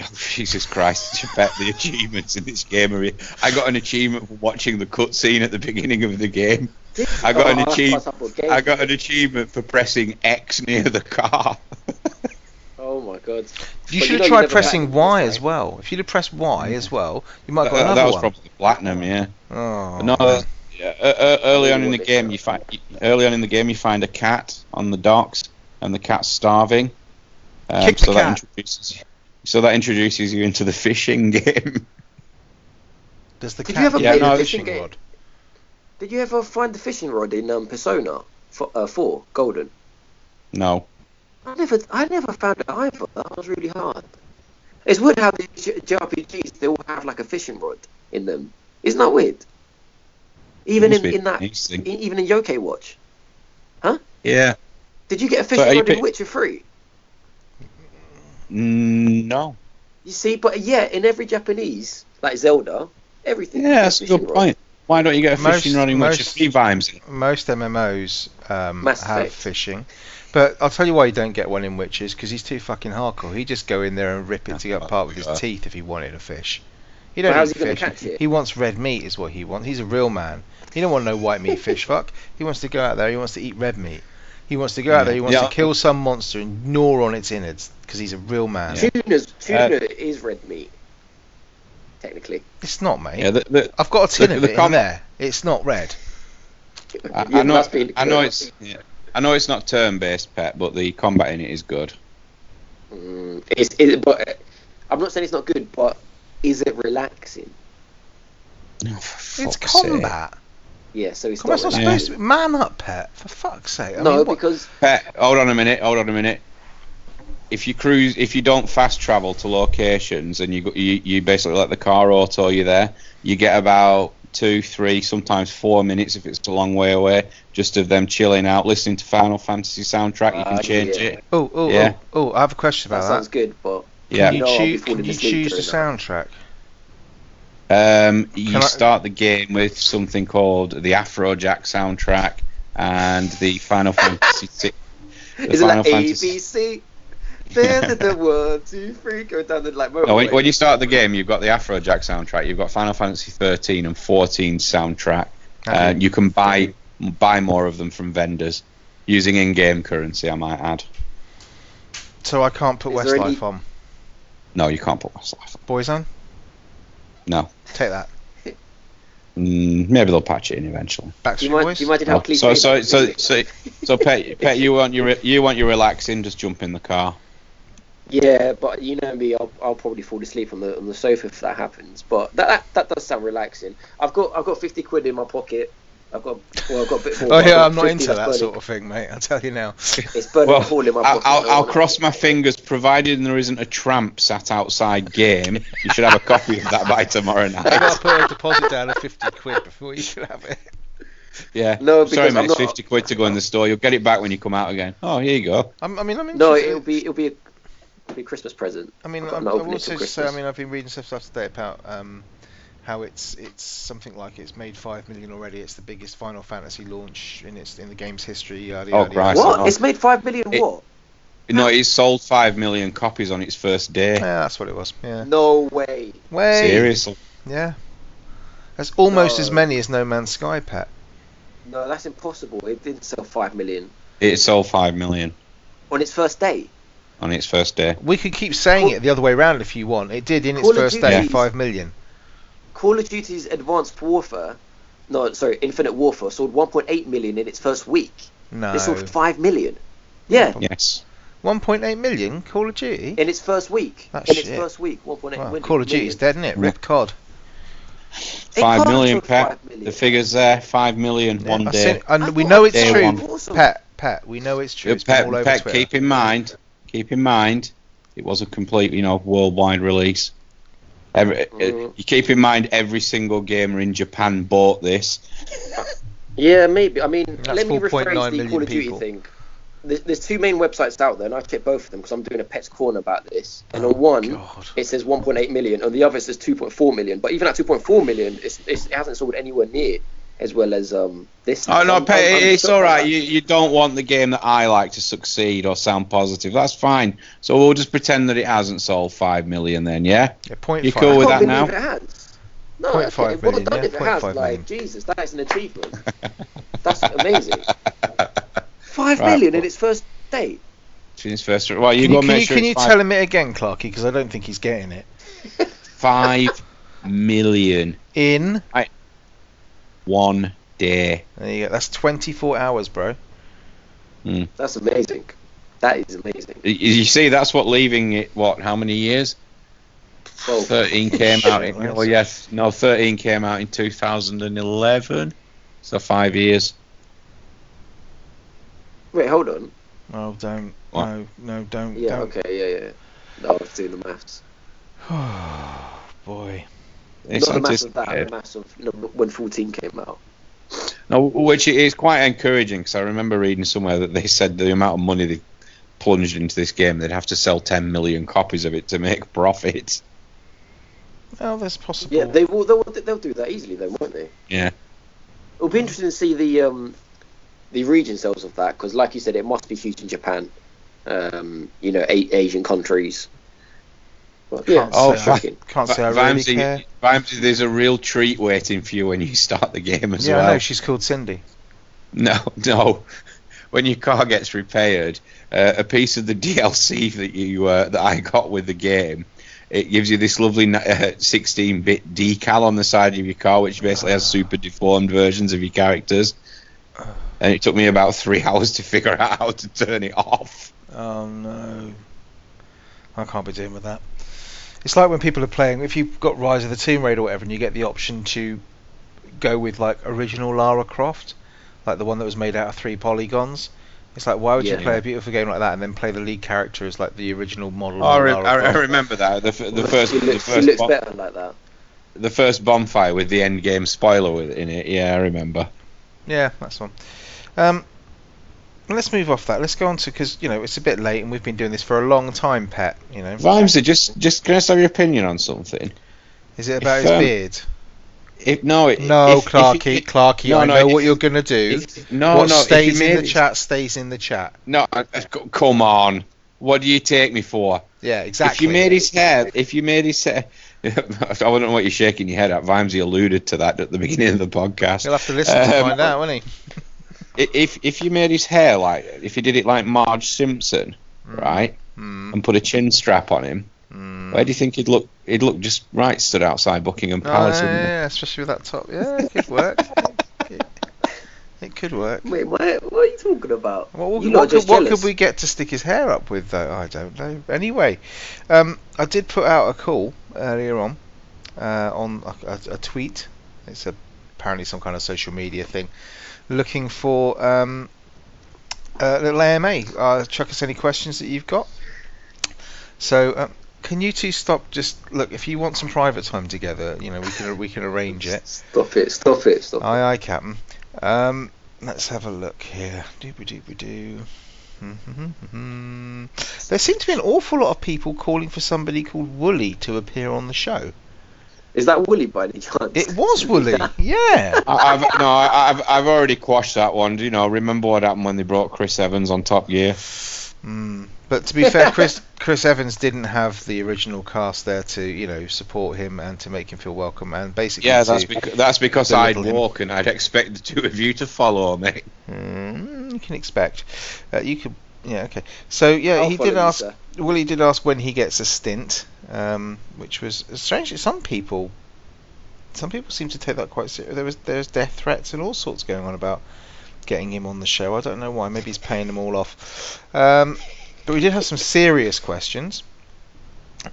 Speaker 3: Oh, Jesus Christ! Did you bet the achievements in this game are? I got an achievement for watching the cutscene at the beginning of the game. I got
Speaker 1: Oh,
Speaker 3: an
Speaker 1: that's
Speaker 3: achievement.
Speaker 1: what's up with games.
Speaker 3: I got an achievement for pressing X near the car.
Speaker 1: Oh my god.
Speaker 2: You
Speaker 1: But
Speaker 2: should have tried
Speaker 1: know never had
Speaker 2: pressing
Speaker 1: animals,
Speaker 2: Y
Speaker 1: right?
Speaker 2: as well. If you'd have pressed Y as well, you might have got
Speaker 3: that,
Speaker 2: another
Speaker 3: Mm. Uh, that was
Speaker 2: one.
Speaker 3: probably platinum. Yeah.
Speaker 2: Oh,
Speaker 3: no,
Speaker 2: man.
Speaker 3: yeah, uh, uh, early on in the
Speaker 1: What is
Speaker 3: game
Speaker 1: that?
Speaker 3: you find early on in the game you find a cat on the docks and the cat's starving. Um,
Speaker 2: Kick the
Speaker 3: so that
Speaker 2: cat.
Speaker 3: introduces so that introduces you into the fishing game.
Speaker 2: Does the
Speaker 1: Did you
Speaker 2: cat
Speaker 1: ever
Speaker 2: get
Speaker 3: play the
Speaker 2: a
Speaker 1: fishing
Speaker 2: fishing
Speaker 1: game?
Speaker 2: rod?
Speaker 1: Did you ever find the fishing rod in um, Persona for, uh, 4 Golden?
Speaker 3: No.
Speaker 1: I never, I never found it either. That was really hard. It's weird how the J- JRPGs they all have like a fishing rod in them. Isn't that weird? Even
Speaker 3: Must
Speaker 1: in,
Speaker 3: be
Speaker 1: in that,
Speaker 3: interesting.
Speaker 1: e- even in Yokai Watch.
Speaker 3: Yeah.
Speaker 1: Did you get a
Speaker 3: are
Speaker 1: fishing
Speaker 3: you
Speaker 1: rod in
Speaker 3: pi-
Speaker 1: Witcher 3?
Speaker 3: Mm, no.
Speaker 1: You see, but yeah, in every Japanese, like Zelda, everything.
Speaker 3: Yeah, that's a good point. Why don't you get a fishing
Speaker 2: Most-
Speaker 3: rod in which
Speaker 2: most-
Speaker 3: three vibes in?
Speaker 2: Most MMOs um, have
Speaker 1: Mass Effect.
Speaker 2: fishing, but I'll tell you why you don't get one in Witches because he's too fucking hardcore. He'd just go in there and rip it to get part with his
Speaker 3: Yeah.
Speaker 2: teeth if he wanted a fish. He
Speaker 1: But
Speaker 2: don't
Speaker 1: how's
Speaker 2: eat
Speaker 1: he gonna
Speaker 2: fish.
Speaker 1: catch it?
Speaker 2: He wants red meat, is what he wants. He's a real man. He don't want no white meat fish. Fuck. He wants to go out there. He wants to eat red meat. He wants to go out there. He wants
Speaker 3: Yeah.
Speaker 2: to kill some monster and gnaw on its innards because he's a real man.
Speaker 1: Tuna's,
Speaker 3: Uh,
Speaker 1: tuna is red meat, technically.
Speaker 2: It's not, mate.
Speaker 3: Yeah, the, the,
Speaker 2: I've got a tin
Speaker 3: The-
Speaker 2: of
Speaker 3: the
Speaker 2: it in
Speaker 3: com-
Speaker 2: there. It's not red.
Speaker 3: I,
Speaker 1: Yeah,
Speaker 3: I know,
Speaker 1: that's been-
Speaker 3: I know it's yeah, I know it's not turn based pet, but the combat in it is good.
Speaker 1: Mm, it's, it, but uh, I'm not saying it's not good, but is it relaxing?
Speaker 3: Oh, for
Speaker 2: It's
Speaker 3: fuck's sake.
Speaker 2: combat.
Speaker 1: Yeah, so it's
Speaker 2: Come on, it's
Speaker 1: not
Speaker 2: not
Speaker 1: relaxing.
Speaker 2: supposed to be. Man up, pet. For fuck's sake. I
Speaker 1: no,
Speaker 2: mean, what-
Speaker 1: because
Speaker 3: Pet, hold on a minute. Hold on a minute. If you cruise, if you don't fast travel to locations, and you go, you, you basically let the car auto you there, you get about two, three, sometimes four minutes if it's a long way away, just of them chilling out, listening to Final Fantasy soundtrack. You
Speaker 1: Ah,
Speaker 3: can change
Speaker 1: yeah.
Speaker 3: it.
Speaker 2: Oh, oh,
Speaker 3: Yeah.
Speaker 2: oh, oh, I have a question
Speaker 1: that
Speaker 2: about
Speaker 1: sounds
Speaker 2: that.
Speaker 1: good, but
Speaker 3: Yeah.
Speaker 2: Can you,
Speaker 1: No, I'll be
Speaker 2: choo-
Speaker 1: falling
Speaker 2: can you
Speaker 1: asleep
Speaker 2: choose the
Speaker 1: during
Speaker 2: soundtrack?
Speaker 3: Um, you
Speaker 2: Can I-
Speaker 3: start the game with something called the Afrojack soundtrack and the Final Fantasy. si- the
Speaker 1: isn't
Speaker 3: Final
Speaker 1: that A
Speaker 3: Fantasy-
Speaker 1: B C? Then the one, two, three, go down the like.
Speaker 3: No, Oh, when,
Speaker 1: motorway.
Speaker 3: when you start the game, you've got the Afrojack soundtrack, you've got Final Fantasy 13 and 14 soundtrack.
Speaker 2: Okay.
Speaker 3: Uh, you can buy buy more of them from vendors using in-game currency. I might add.
Speaker 2: So I can't put
Speaker 1: Is there
Speaker 2: Westlife
Speaker 1: any-
Speaker 2: on.
Speaker 3: No, you can't put Westlife. on.
Speaker 2: Boyzone?
Speaker 3: No,
Speaker 2: Take that.
Speaker 3: mm, maybe they'll patch it in eventually.
Speaker 1: Do
Speaker 2: Backstreet
Speaker 1: you, mind,
Speaker 2: Boys?
Speaker 1: do you imagine how
Speaker 3: Oh,
Speaker 1: cliche?
Speaker 3: so,
Speaker 1: that
Speaker 3: so,
Speaker 1: is?
Speaker 3: so, so, so, pet, pet, you want your you want your relaxing? Just jump in the car.
Speaker 1: Yeah, but you know me, I'll, I'll probably fall asleep on the on the sofa if that happens. But that, that that does sound relaxing. I've got I've got fifty quid in my pocket. I've got well, I've got a bit more.
Speaker 2: Oh
Speaker 1: but I've
Speaker 2: yeah,
Speaker 1: got
Speaker 2: I'm not
Speaker 1: 50
Speaker 2: into
Speaker 1: that's
Speaker 2: that
Speaker 1: burning-
Speaker 2: sort of thing, mate. I'll tell you now.
Speaker 1: It's burning
Speaker 3: Well,
Speaker 1: a hole in my
Speaker 3: I'll,
Speaker 1: pocket.
Speaker 3: I'll, I'll
Speaker 1: I
Speaker 3: cross my fingers, provided there isn't a tramp sat outside game. You should have a copy of that by tomorrow
Speaker 2: I've got
Speaker 3: night.
Speaker 2: to put a deposit down of 50 quid before you can have it.
Speaker 3: Yeah.
Speaker 1: No, because
Speaker 3: Sorry, mate.
Speaker 1: I'm
Speaker 3: It's
Speaker 1: not-
Speaker 3: fifty quid to go in the store. You'll get it back when you come out again. Oh, here you go.
Speaker 2: I'm, I mean, I'm
Speaker 1: No,
Speaker 2: interested.
Speaker 1: it'll be it'll be a, it'll be a Christmas present.
Speaker 2: I mean, I've
Speaker 1: I've got
Speaker 2: I've
Speaker 1: an opening
Speaker 2: also
Speaker 1: till
Speaker 2: just say, I
Speaker 1: Christmas.
Speaker 2: mean, I've been reading some stuff today about um, how it's it's something like it's made five million already. It's the biggest Final Fantasy launch in its in the game's history. Yada,
Speaker 3: Oh,
Speaker 2: yada, yada.
Speaker 3: Christ.
Speaker 1: What?
Speaker 3: know.
Speaker 1: It's made five million.
Speaker 3: It-
Speaker 1: what?
Speaker 3: No, it sold five million copies on its first day.
Speaker 2: Yeah, that's what it was. Yeah.
Speaker 1: No way.
Speaker 2: Way.
Speaker 3: Seriously.
Speaker 2: Yeah. That's almost as
Speaker 1: No.
Speaker 2: many as No Man's Sky, Pat.
Speaker 1: No, that's impossible. It didn't sell five million
Speaker 3: It sold five million
Speaker 1: on its first day.
Speaker 3: on its first day.
Speaker 2: We could keep saying
Speaker 1: Call-
Speaker 2: it the other way around if you want. It did in its
Speaker 1: Call of
Speaker 2: first day
Speaker 1: Duty.
Speaker 2: five million.
Speaker 1: Call of Duty's Advanced Warfare, no, sorry, Infinite Warfare sold 1.8 million in its first week.
Speaker 2: No.
Speaker 1: They sold 5 million. Yeah,
Speaker 3: Yes.
Speaker 2: 1.8 million Call of Duty.
Speaker 1: in its first week.
Speaker 2: That's
Speaker 1: in its
Speaker 2: shit.
Speaker 1: first week, 1.8
Speaker 2: Wow,
Speaker 1: million.
Speaker 2: Call of Duty's dead, isn't it?
Speaker 3: Yeah.
Speaker 2: Rip COD.
Speaker 1: They
Speaker 3: Five
Speaker 1: can't
Speaker 3: million,
Speaker 1: sell
Speaker 3: Pet.
Speaker 1: five million.
Speaker 3: The figures there. Five million
Speaker 2: Yeah,
Speaker 3: one
Speaker 2: I
Speaker 3: day.
Speaker 2: said- and
Speaker 1: I
Speaker 2: we
Speaker 1: thought
Speaker 2: know
Speaker 1: that
Speaker 2: it's
Speaker 3: was
Speaker 2: true.
Speaker 1: awesome.
Speaker 2: Pat, Pat, we know it's true. It's been
Speaker 3: Pet,
Speaker 2: all over
Speaker 3: Pet,
Speaker 2: Twitter.
Speaker 3: keep in mind, keep in mind, it was a complete, you know, worldwide release. Every,
Speaker 1: Mhm.
Speaker 3: uh,
Speaker 2: Mm-hmm.
Speaker 3: you keep in mind, every single gamer in Japan bought this.
Speaker 1: Yeah, maybe. I mean,
Speaker 2: That's
Speaker 1: let me
Speaker 2: 4.9
Speaker 1: rephrase the
Speaker 2: million
Speaker 1: Call of Duty
Speaker 2: people.
Speaker 1: thing. There's, there's two main websites out there, and I've checked both of them because I'm doing a Pet's Corner about this. And on one,
Speaker 2: God.
Speaker 1: it says 1.8 million, on the other it says 2.4 million. But even at 2.4 million, it's, it's, it hasn't sold anywhere near as well as um this.
Speaker 3: Oh no,
Speaker 1: I'm-
Speaker 3: Pet,
Speaker 1: I'm-
Speaker 3: it-
Speaker 1: I'm
Speaker 3: it's
Speaker 1: shocked
Speaker 3: all
Speaker 1: by
Speaker 3: right.
Speaker 1: that.
Speaker 3: You, you don't want the game that I like to succeed or sound positive. That's fine. So we'll just pretend that it hasn't sold five million then, yeah.
Speaker 2: Yeah, point
Speaker 3: You
Speaker 2: five.
Speaker 3: cool with
Speaker 1: I
Speaker 3: that
Speaker 1: can't
Speaker 3: now?
Speaker 1: believe It has. No,
Speaker 2: 0.5
Speaker 1: okay, well
Speaker 2: million,
Speaker 1: done
Speaker 2: yeah,
Speaker 1: if it
Speaker 2: 0.5
Speaker 1: has. Like
Speaker 2: million.
Speaker 1: Jesus, that is an achievement. That's amazing. Five million
Speaker 3: Right,
Speaker 1: in
Speaker 3: well-
Speaker 1: its first day.
Speaker 3: Since first, well, you
Speaker 2: Can
Speaker 3: go
Speaker 2: you, can
Speaker 3: and make
Speaker 2: you,
Speaker 3: sure
Speaker 2: can you
Speaker 3: it's five,
Speaker 2: tell him it again, Clarky? Because I don't think he's getting it.
Speaker 3: five million
Speaker 2: In
Speaker 3: one day.
Speaker 2: there you go. That's 24 hours, bro.
Speaker 1: That's amazing. That is amazing.
Speaker 3: Y- You see, that's what leaving it. What? How many years?
Speaker 1: Well,
Speaker 3: 13 came out in
Speaker 2: Shit,
Speaker 3: oh
Speaker 2: yes.
Speaker 3: yes no 13 came out in 2011 so five years
Speaker 1: wait, hold on.
Speaker 2: Oh, don't.
Speaker 3: What?
Speaker 2: No, no, don't.
Speaker 1: Yeah,
Speaker 2: don't.
Speaker 1: okay, yeah, yeah. No, I was doing the maths.
Speaker 2: Boy.
Speaker 3: it's
Speaker 1: Not the maths of that, the
Speaker 3: anticipated.
Speaker 1: maths of number- when 14 came out.
Speaker 3: no, which is quite encouraging because I remember reading somewhere that they said the amount of money they plunged into this game they'd have to sell 10 million copies of it to make profit
Speaker 2: Oh, that's possible.
Speaker 1: Yeah, they will. They'll, they'll do that easily, though, won't they?
Speaker 3: Yeah.
Speaker 1: It'll be interesting to see the um, the region sales of that because, like you said, it must be huge in Japan. Um, you know, a- Asian countries. But, yeah,
Speaker 2: Can't
Speaker 1: oh,
Speaker 2: say.
Speaker 1: shocking.
Speaker 2: Can't say I really
Speaker 3: Vimesy,
Speaker 2: care.
Speaker 3: Vimesy, there's a real treat waiting for you when you start the game as
Speaker 2: Yeah,
Speaker 3: well
Speaker 2: I know she's called Cindy.
Speaker 3: No, no. When your car gets repaired, uh, a piece of the DLC that you uh, that I got with the game, it gives you this lovely ni- uh, 16-bit decal on the side of your car, which basically has super deformed versions of your characters. And it took me about three hours to figure out how to turn it off.
Speaker 2: Oh no, I can't be dealing with that. It's like when people are playing. If you've got Rise of the Tomb Raider or whatever, and you get the option to go with like original Lara Croft, like the one that was made out of three polygons. It's like why would you
Speaker 1: Yeah.
Speaker 2: play a beautiful game like that and then play the lead character as like the original model?
Speaker 3: I,
Speaker 2: of
Speaker 3: Oh, re-
Speaker 2: Lara
Speaker 3: I, I
Speaker 2: Croft?
Speaker 3: remember that the, f- the first
Speaker 1: She
Speaker 3: the
Speaker 1: looks, she
Speaker 3: first,
Speaker 1: looks
Speaker 3: bo-
Speaker 1: better like that.
Speaker 3: the first bonfire with the end game spoiler with in it. Yeah, I remember.
Speaker 2: Yeah, that's one. Um, let's move off that. Let's go on to because you know it's a bit late and we've been doing this for a long time, Pat. You know,
Speaker 3: Vimesy, just just can I just have your opinion on something?
Speaker 2: is it about
Speaker 3: If,
Speaker 2: his
Speaker 3: um,
Speaker 2: beard?
Speaker 3: If no, it,
Speaker 2: No,
Speaker 3: if, if-
Speaker 2: Clarky, Clarky,
Speaker 3: No,
Speaker 2: I
Speaker 3: no,
Speaker 2: know
Speaker 3: if-
Speaker 2: what you're gonna do.
Speaker 3: If- no,
Speaker 2: what
Speaker 3: Oh, no, if
Speaker 2: stays
Speaker 3: you
Speaker 2: in
Speaker 3: made
Speaker 2: the
Speaker 3: it-
Speaker 2: chat stays in the chat.
Speaker 3: No, I- I- c- come on. What do you take me for?
Speaker 2: Yeah, exactly.
Speaker 3: If you made his hair, if you made his hair, I don't know what you're shaking your head at. Vimesy alluded to that at the beginning of the podcast.
Speaker 2: You'll have to listen to
Speaker 3: Um,
Speaker 2: find out, won't he?
Speaker 3: i- if if you made his hair like if you did it like Marge Simpson,
Speaker 2: Hmm,
Speaker 3: right,
Speaker 2: Mm,
Speaker 3: and put a chin strap on him,
Speaker 2: mm.
Speaker 3: where do you think he'd look? He'd look just right stood outside Buckingham Palace.
Speaker 2: Oh, yeah,
Speaker 3: wouldn't he?
Speaker 2: yeah, especially with that top. Yeah, it could work. it, it could work.
Speaker 1: Wait, what, what are you talking about?
Speaker 2: What, what,
Speaker 1: You
Speaker 2: what
Speaker 1: lot are
Speaker 2: could,
Speaker 1: just
Speaker 2: what could
Speaker 1: jealous.
Speaker 2: we get to stick his hair up with, though? I don't know. Anyway, um, I did put out a call earlier on, uh, on a, a, a tweet. It's a, apparently some kind of social media thing, looking for um, a little AMA. Uh, chuck us any questions that you've got. So. Um, can you two stop? Just look. If you want some private time together, you know we can we can arrange it.
Speaker 1: Stop it! Stop it! Stop it!
Speaker 2: Aye, aye, Captain. Um, let's have a look here. Doobie doobie Hmm, doo. hmm. there seem to be an awful lot of people calling for somebody called Wooly to appear on the show.
Speaker 1: Is that Woolly by any chance?
Speaker 2: It was Wooly, yeah.
Speaker 3: I, I've no, I, I've I've already quashed that one. Do you know? Remember what happened when they brought Chris Evans on Top Gear?
Speaker 2: Mm. But to be fair, Chris Chris Evans didn't have the original cast there to you know support him and to make him feel welcome and basically
Speaker 3: Yeah, that's
Speaker 2: to-
Speaker 3: because that's because
Speaker 2: the
Speaker 3: I'd
Speaker 2: little him.
Speaker 3: walk and I'd expect the two of you to follow me.
Speaker 2: Mm, you can expect. Uh, you could yeah okay. So yeah,
Speaker 1: I'll
Speaker 2: he
Speaker 1: follow
Speaker 2: did
Speaker 1: you,
Speaker 2: ask
Speaker 1: sir.
Speaker 2: Willie did ask when he gets a stint, um, which was strange. Some people, some people seem to take that quite seriously. There was there's death threats and all sorts going on about getting him on the show. I don't know why. Maybe he's paying them all off. Um, but we did have some serious questions.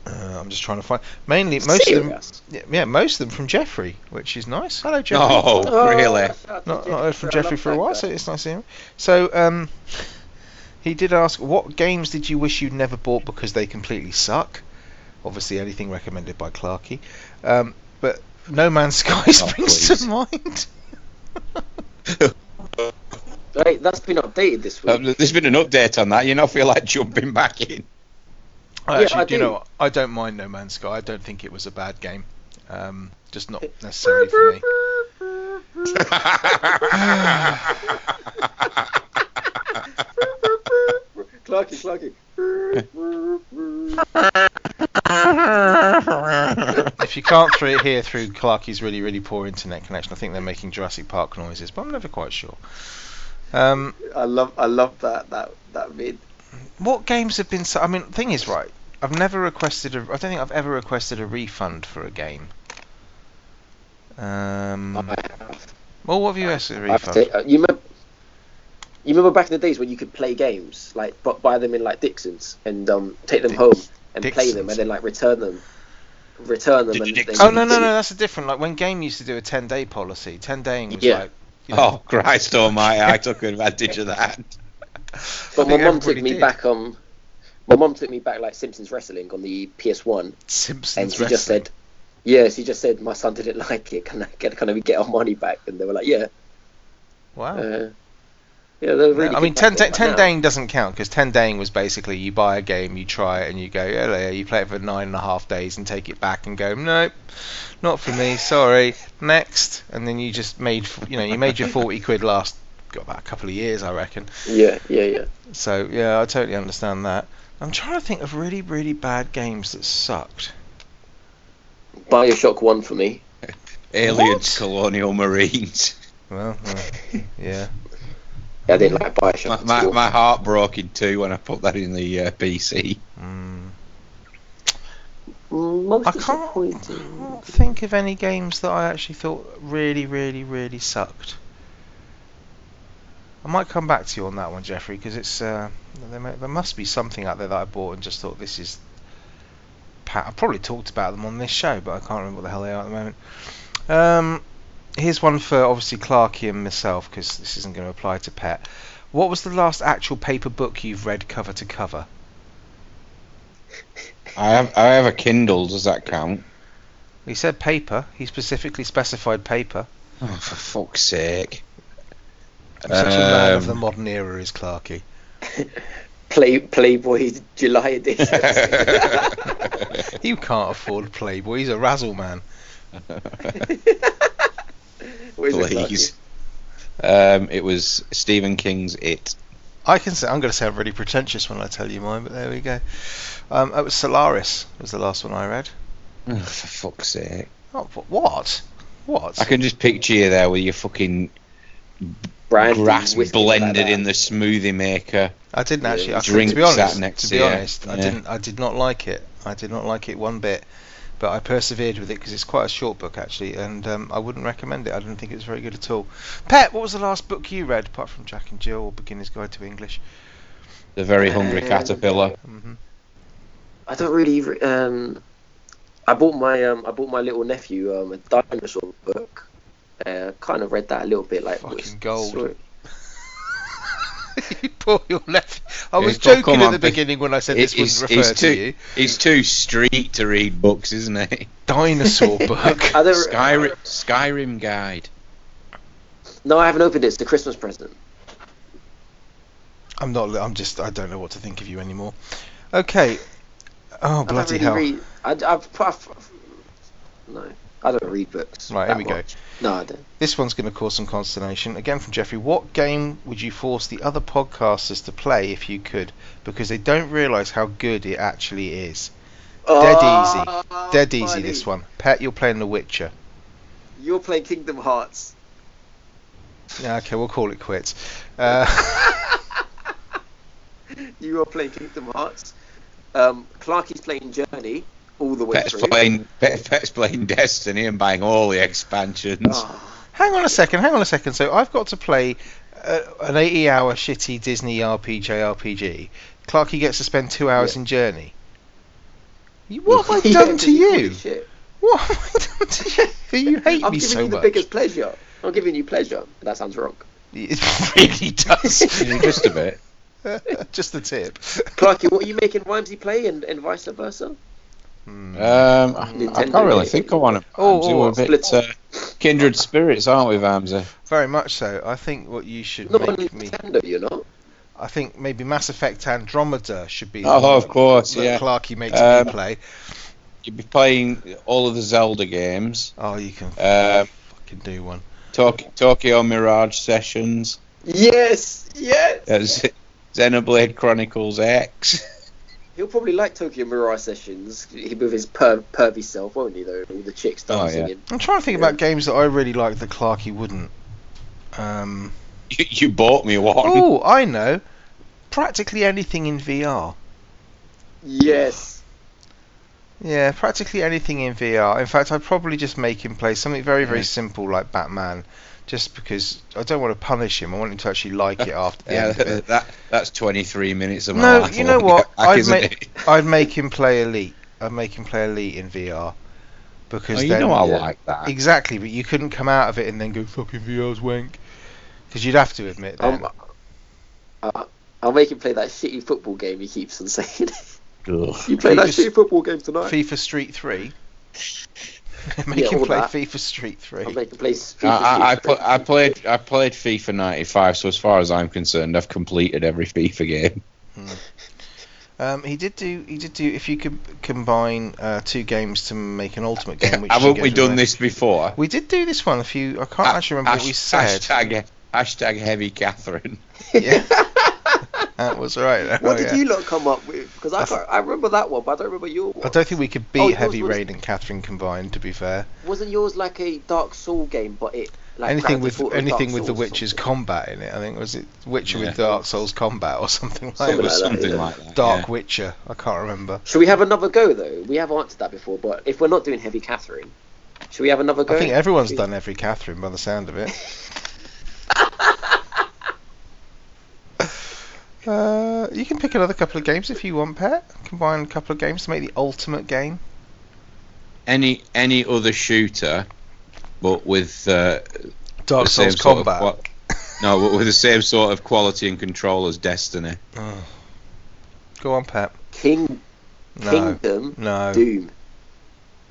Speaker 2: Uh, I'm just trying to find mainly most of them.
Speaker 1: Serious?
Speaker 2: yeah, Yeah, most of them from Jeffrey, which is nice. Hello, Jeffrey
Speaker 3: No,
Speaker 2: Oh,
Speaker 3: really.
Speaker 1: Not,
Speaker 2: not, not heard from Jeffrey for a while, so it's nice to hear him. So, um, he did ask, what games did you wish you'd never bought because they completely suck? Obviously, anything recommended by Clarkey. Um, but No Man's Sky springs
Speaker 3: please.
Speaker 2: to mind.
Speaker 1: Hey, that's been updated this week.
Speaker 3: Um, there's been an update on that. You know, feel like jumping back in.
Speaker 2: I
Speaker 1: Yeah,
Speaker 2: actually,
Speaker 1: I
Speaker 2: do you
Speaker 1: do.
Speaker 2: know, what? I don't mind No Man's Sky. I don't think it was a bad game. Um, just not necessarily for me.
Speaker 1: Clarky, Clarky.
Speaker 2: If you can't through it here through Clarkey's really, really poor internet connection, I think they're making Jurassic Park noises, but I'm never quite sure. Um,
Speaker 1: I love, I love that that that vid.
Speaker 2: what games have been so i mean thing is right i've never requested a i don't think i've ever requested a refund for a game um well what have you asked for a
Speaker 1: I've
Speaker 2: refund
Speaker 1: ta- uh, you remember? You remember back in the days when you could play games, like but buy them in like Dixons and um, take them
Speaker 2: Dix-
Speaker 1: home and play them
Speaker 2: Dixons.
Speaker 1: and then like return them, return them. And then
Speaker 3: Dixons.
Speaker 2: oh no no no that's a different like when game used to do a 10 day policy 10 daying was
Speaker 1: Yeah.
Speaker 2: like you know,
Speaker 3: oh Christ Almighty! I took advantage of that.
Speaker 2: I
Speaker 1: But my
Speaker 2: think
Speaker 1: mum took
Speaker 2: everybody
Speaker 1: me
Speaker 2: did.
Speaker 1: back um, my mum took me back like Simpsons wrestling on the PS One, and
Speaker 2: simpsons
Speaker 1: she just
Speaker 2: wrestling.
Speaker 1: said, "Yeah," she just said, "My son didn't like it. Can I get can we get our money back?" And they were like, "Yeah,
Speaker 3: Oh.
Speaker 2: wow
Speaker 1: uh, yeah." They're really
Speaker 2: I mean,
Speaker 1: good
Speaker 2: 10,
Speaker 1: back
Speaker 2: da-
Speaker 1: then,
Speaker 2: 10
Speaker 1: but now-
Speaker 2: daying doesn't count because 10 daying was basically you buy a game, you try it, and you go, yeah, yeah, you play it for nine and a half days and take it back and go, nope, not for me, sorry, next. And then you just made, f- you know, you made your 40 quid last, got about a couple of years, I reckon.
Speaker 1: Yeah, yeah, yeah.
Speaker 2: So, yeah, I totally understand that. I'm trying to think of really, really bad games that sucked.
Speaker 1: Bioshock One for me.
Speaker 3: Aliens,
Speaker 2: What?
Speaker 3: colonial marines.
Speaker 2: Well, uh, yeah.
Speaker 1: I didn't like
Speaker 3: My,
Speaker 1: Bioshock.
Speaker 3: my,
Speaker 1: at all.
Speaker 3: my heart broke in two when I put that in the uh, PC.
Speaker 2: Mm.
Speaker 1: Most
Speaker 2: I can't,
Speaker 1: disappointing.
Speaker 2: can't think of any games that I actually thought really, really, really sucked. I might come back to you on that one, Jeffrey, because it's uh, there, may, there must be something out there that I bought and just thought this is. pa- I probably talked about them on this show, but I can't remember what the hell they are at the moment. Um, here's one for obviously Clarky and myself, because this isn't going to apply to Pet. What was the last actual paper book you've read cover to cover?
Speaker 3: I have I have a Kindle. Does that count?
Speaker 2: He said paper. He specifically specified paper.
Speaker 3: Oh, for fuck's sake!
Speaker 2: Such a man of
Speaker 3: Um,
Speaker 2: the modern era is Clarkey.
Speaker 1: Play Playboy July edition.
Speaker 2: You can't afford Playboy. He's a razzle man.
Speaker 1: What is it, Clarky?
Speaker 3: Please. Um, it was Stephen King's It.
Speaker 2: I can say I'm going to sound really pretentious when I tell you mine, but there we go. Um, it was Solaris was the last one I read.
Speaker 3: Oh, for fuck's sake!
Speaker 2: Oh, wh- what? What?
Speaker 3: I can just picture you there with your fucking
Speaker 1: brandy,
Speaker 3: grass
Speaker 1: whiskey,
Speaker 3: blended
Speaker 1: like
Speaker 3: in the smoothie maker.
Speaker 2: I didn't
Speaker 1: Yeah,
Speaker 2: actually. I,
Speaker 3: drink
Speaker 2: to be honest,
Speaker 3: that next
Speaker 2: to be
Speaker 3: year.
Speaker 2: honest, I
Speaker 3: Yeah.
Speaker 2: didn't. I did not like it. I did not like it one bit. But I persevered with it because it's quite a short book actually, and um, I wouldn't recommend it. I didn't think it was very good at all. Pet, what was the last book you read apart from Jack and Jill or Beginner's Guide to English?
Speaker 3: The very hungry
Speaker 1: Um,
Speaker 3: caterpillar.
Speaker 2: hmm
Speaker 1: I don't really. re- Um, I bought my um, I bought my little nephew um, a dinosaur book. Uh, kind of read that a little bit, like
Speaker 2: Fucking
Speaker 1: was-
Speaker 2: gold.
Speaker 1: sort of-
Speaker 2: you poor your left. I was
Speaker 3: It's got-
Speaker 2: joking
Speaker 3: come
Speaker 2: at
Speaker 3: on,
Speaker 2: the
Speaker 3: be-
Speaker 2: beginning when I said
Speaker 3: it-
Speaker 2: this wouldn't
Speaker 3: it's-
Speaker 2: refer
Speaker 3: it's
Speaker 2: to
Speaker 3: too-
Speaker 2: you.
Speaker 3: He's too street to read books, isn't he?
Speaker 2: Dinosaur book.
Speaker 1: I don't-
Speaker 3: Skyrim, Skyrim guide.
Speaker 1: No, I haven't opened it. It's the Christmas present.
Speaker 2: I'm not. I'm just. I don't know what to think of you anymore. Okay. Oh
Speaker 1: I don't
Speaker 2: bloody
Speaker 1: really
Speaker 2: hell!
Speaker 1: read. I, I've, put- I've, no, I don't read books.
Speaker 2: Right, here
Speaker 1: that
Speaker 2: we go.
Speaker 1: much. No, I don't.
Speaker 2: This one's going to cause some consternation. Again from Jeffrey. What game would you force the other podcasters to play if you could? Because they don't realise how good it actually is. Dead
Speaker 1: Oh,
Speaker 2: easy. Dead easy, this one. Pet, you're playing The Witcher.
Speaker 1: You're playing Kingdom Hearts.
Speaker 2: Yeah, okay, we'll call it quits. Uh,
Speaker 1: You are playing Kingdom Hearts. Um, Clarky's playing Journey all the way
Speaker 3: Pet's
Speaker 1: through.
Speaker 3: playing, Pet- Pet's playing Destiny and buying all the expansions.
Speaker 1: Ah,
Speaker 2: hang on a second, hang on a second. So I've got to play uh, an 80 hour shitty Disney RPG RPG. Clarky gets to spend two hours in Journey. You- What have I
Speaker 1: yeah,
Speaker 2: done
Speaker 1: 'cause
Speaker 2: to
Speaker 1: he called
Speaker 2: you?
Speaker 1: shit.
Speaker 2: What have I done to you? You hate
Speaker 1: I'm
Speaker 2: me
Speaker 1: giving
Speaker 2: so
Speaker 1: you the
Speaker 2: much.
Speaker 1: biggest pleasure. I'm giving you pleasure. That sounds wrong.
Speaker 2: It really does.
Speaker 3: Just a bit.
Speaker 2: Just the tip.
Speaker 1: Clarky, what are you making Rhymesy play and, and vice versa?
Speaker 2: Hmm.
Speaker 1: Uh,
Speaker 3: Um, I- I
Speaker 1: Nintendo
Speaker 3: can't really
Speaker 1: is-
Speaker 3: think of one. Of
Speaker 2: Oh,
Speaker 3: Amzi.
Speaker 2: oh,
Speaker 3: We're a bit
Speaker 1: Split-
Speaker 3: uh, kindred spirits, aren't we, Vamsa?
Speaker 2: Very much so. I think what you should
Speaker 1: Not on
Speaker 2: make me.
Speaker 1: Nintendo, you know.
Speaker 2: I think maybe Mass Effect Andromeda should be. the
Speaker 3: Oh,
Speaker 2: one
Speaker 3: of course,
Speaker 2: that
Speaker 3: yeah.
Speaker 2: Clarky makes
Speaker 3: Um,
Speaker 2: me play.
Speaker 3: You'd be playing all of the Zelda games,
Speaker 2: Oh, you can
Speaker 3: um,
Speaker 2: fucking do one.
Speaker 3: Tok- Tokyo Mirage Sessions,
Speaker 1: Yes, yes.
Speaker 3: uh, Z- Xenoblade Chronicles X.
Speaker 1: He'll probably like Tokyo Mirage Sessions he- with his per- pervy self, won't he? Though all the chicks
Speaker 3: Oh, yeah.
Speaker 1: dancing. in.
Speaker 2: I'm trying to think
Speaker 1: Yeah.
Speaker 2: about games that I really like that Clarky wouldn't. Um,
Speaker 3: You, you bought me one. Uh,
Speaker 2: oh, I know. Practically anything in VR.
Speaker 1: Yes.
Speaker 2: Yeah, practically anything in VR. In fact, I'd probably just make him play something very, very
Speaker 3: Yeah.
Speaker 2: simple like Batman, just because I don't want to punish him. I want him to actually like it after the
Speaker 3: Yeah,
Speaker 2: end of it.
Speaker 3: that, that's 23 minutes of my
Speaker 2: No,
Speaker 3: life.
Speaker 2: you know
Speaker 3: alone
Speaker 2: what?
Speaker 3: back,
Speaker 2: I'd
Speaker 3: isn't
Speaker 2: make-
Speaker 3: it?
Speaker 2: I'd make him play Elite. I'd make him play Elite in VR
Speaker 3: Oh,
Speaker 2: because
Speaker 3: you
Speaker 2: then
Speaker 3: know I
Speaker 1: yeah.
Speaker 3: like that.
Speaker 2: exactly, but you couldn't come out of it and then go fucking VR's wank because you'd have to admit that.
Speaker 1: Um, uh, I'll make him play that shitty football game he keeps on saying. you play
Speaker 2: You
Speaker 1: that
Speaker 2: just-
Speaker 1: shitty football game tonight.
Speaker 2: FIFA Street Three. make
Speaker 1: Yeah,
Speaker 2: him
Speaker 1: all
Speaker 2: play
Speaker 1: that.
Speaker 2: FIFA Street Three.
Speaker 1: I'll make him play.
Speaker 3: I, I, I, put, I played I played FIFA 95, so as far as I'm concerned, I've completed every FIFA game.
Speaker 2: Um, he did do. He did do. If you could combine uh, two games to make an ultimate game, which
Speaker 3: Haven't
Speaker 2: should
Speaker 3: we
Speaker 2: go to
Speaker 3: done
Speaker 2: the-
Speaker 3: this before?
Speaker 2: We did do this one. A few. I can't
Speaker 3: Ha-
Speaker 2: actually remember what
Speaker 3: hash-
Speaker 2: we said.
Speaker 3: Hashtag, hashtag heavy Catherine.
Speaker 2: Yeah. that was right.
Speaker 1: What
Speaker 2: Oh,
Speaker 1: did
Speaker 2: yeah.
Speaker 1: you lot come up with? Because I can't, I remember that one, but I don't remember your one.
Speaker 2: I don't think we could beat
Speaker 1: Oh, yours
Speaker 2: Heavy
Speaker 1: was-
Speaker 2: Rain and Catherine combined. To be fair,
Speaker 1: Wasn't yours like a Dark Soul game, but it like
Speaker 2: anything
Speaker 1: grounded
Speaker 2: with
Speaker 1: thought of
Speaker 2: anything
Speaker 1: Dark
Speaker 2: with the
Speaker 1: Souls or
Speaker 2: Witcher's
Speaker 1: something?
Speaker 2: combat in it. I think was it Witcher
Speaker 3: Yeah.
Speaker 2: with Dark Souls combat or something like
Speaker 1: Something
Speaker 2: that.
Speaker 3: It was
Speaker 1: like that,
Speaker 3: something
Speaker 1: yeah.
Speaker 3: like that.
Speaker 2: Dark
Speaker 3: yeah.
Speaker 2: Witcher. I can't remember.
Speaker 1: Should we have another go though? We have answered that before, but if we're not doing Heavy Catherine, should we have another go?
Speaker 2: I think everyone's
Speaker 1: Should-
Speaker 2: done every Catherine by the sound of it. Uh, you can pick another couple of games if you want, Pet. Combine a couple of games to make the ultimate game.
Speaker 3: Any any other shooter, but with uh,
Speaker 2: Dark
Speaker 3: the same
Speaker 2: Souls
Speaker 3: sort of
Speaker 2: Combat.
Speaker 3: qua- no, but with the same sort of quality and control as Destiny.
Speaker 2: Oh. Go on, Pet.
Speaker 1: King
Speaker 2: No.
Speaker 1: Kingdom
Speaker 2: no.
Speaker 1: Doom.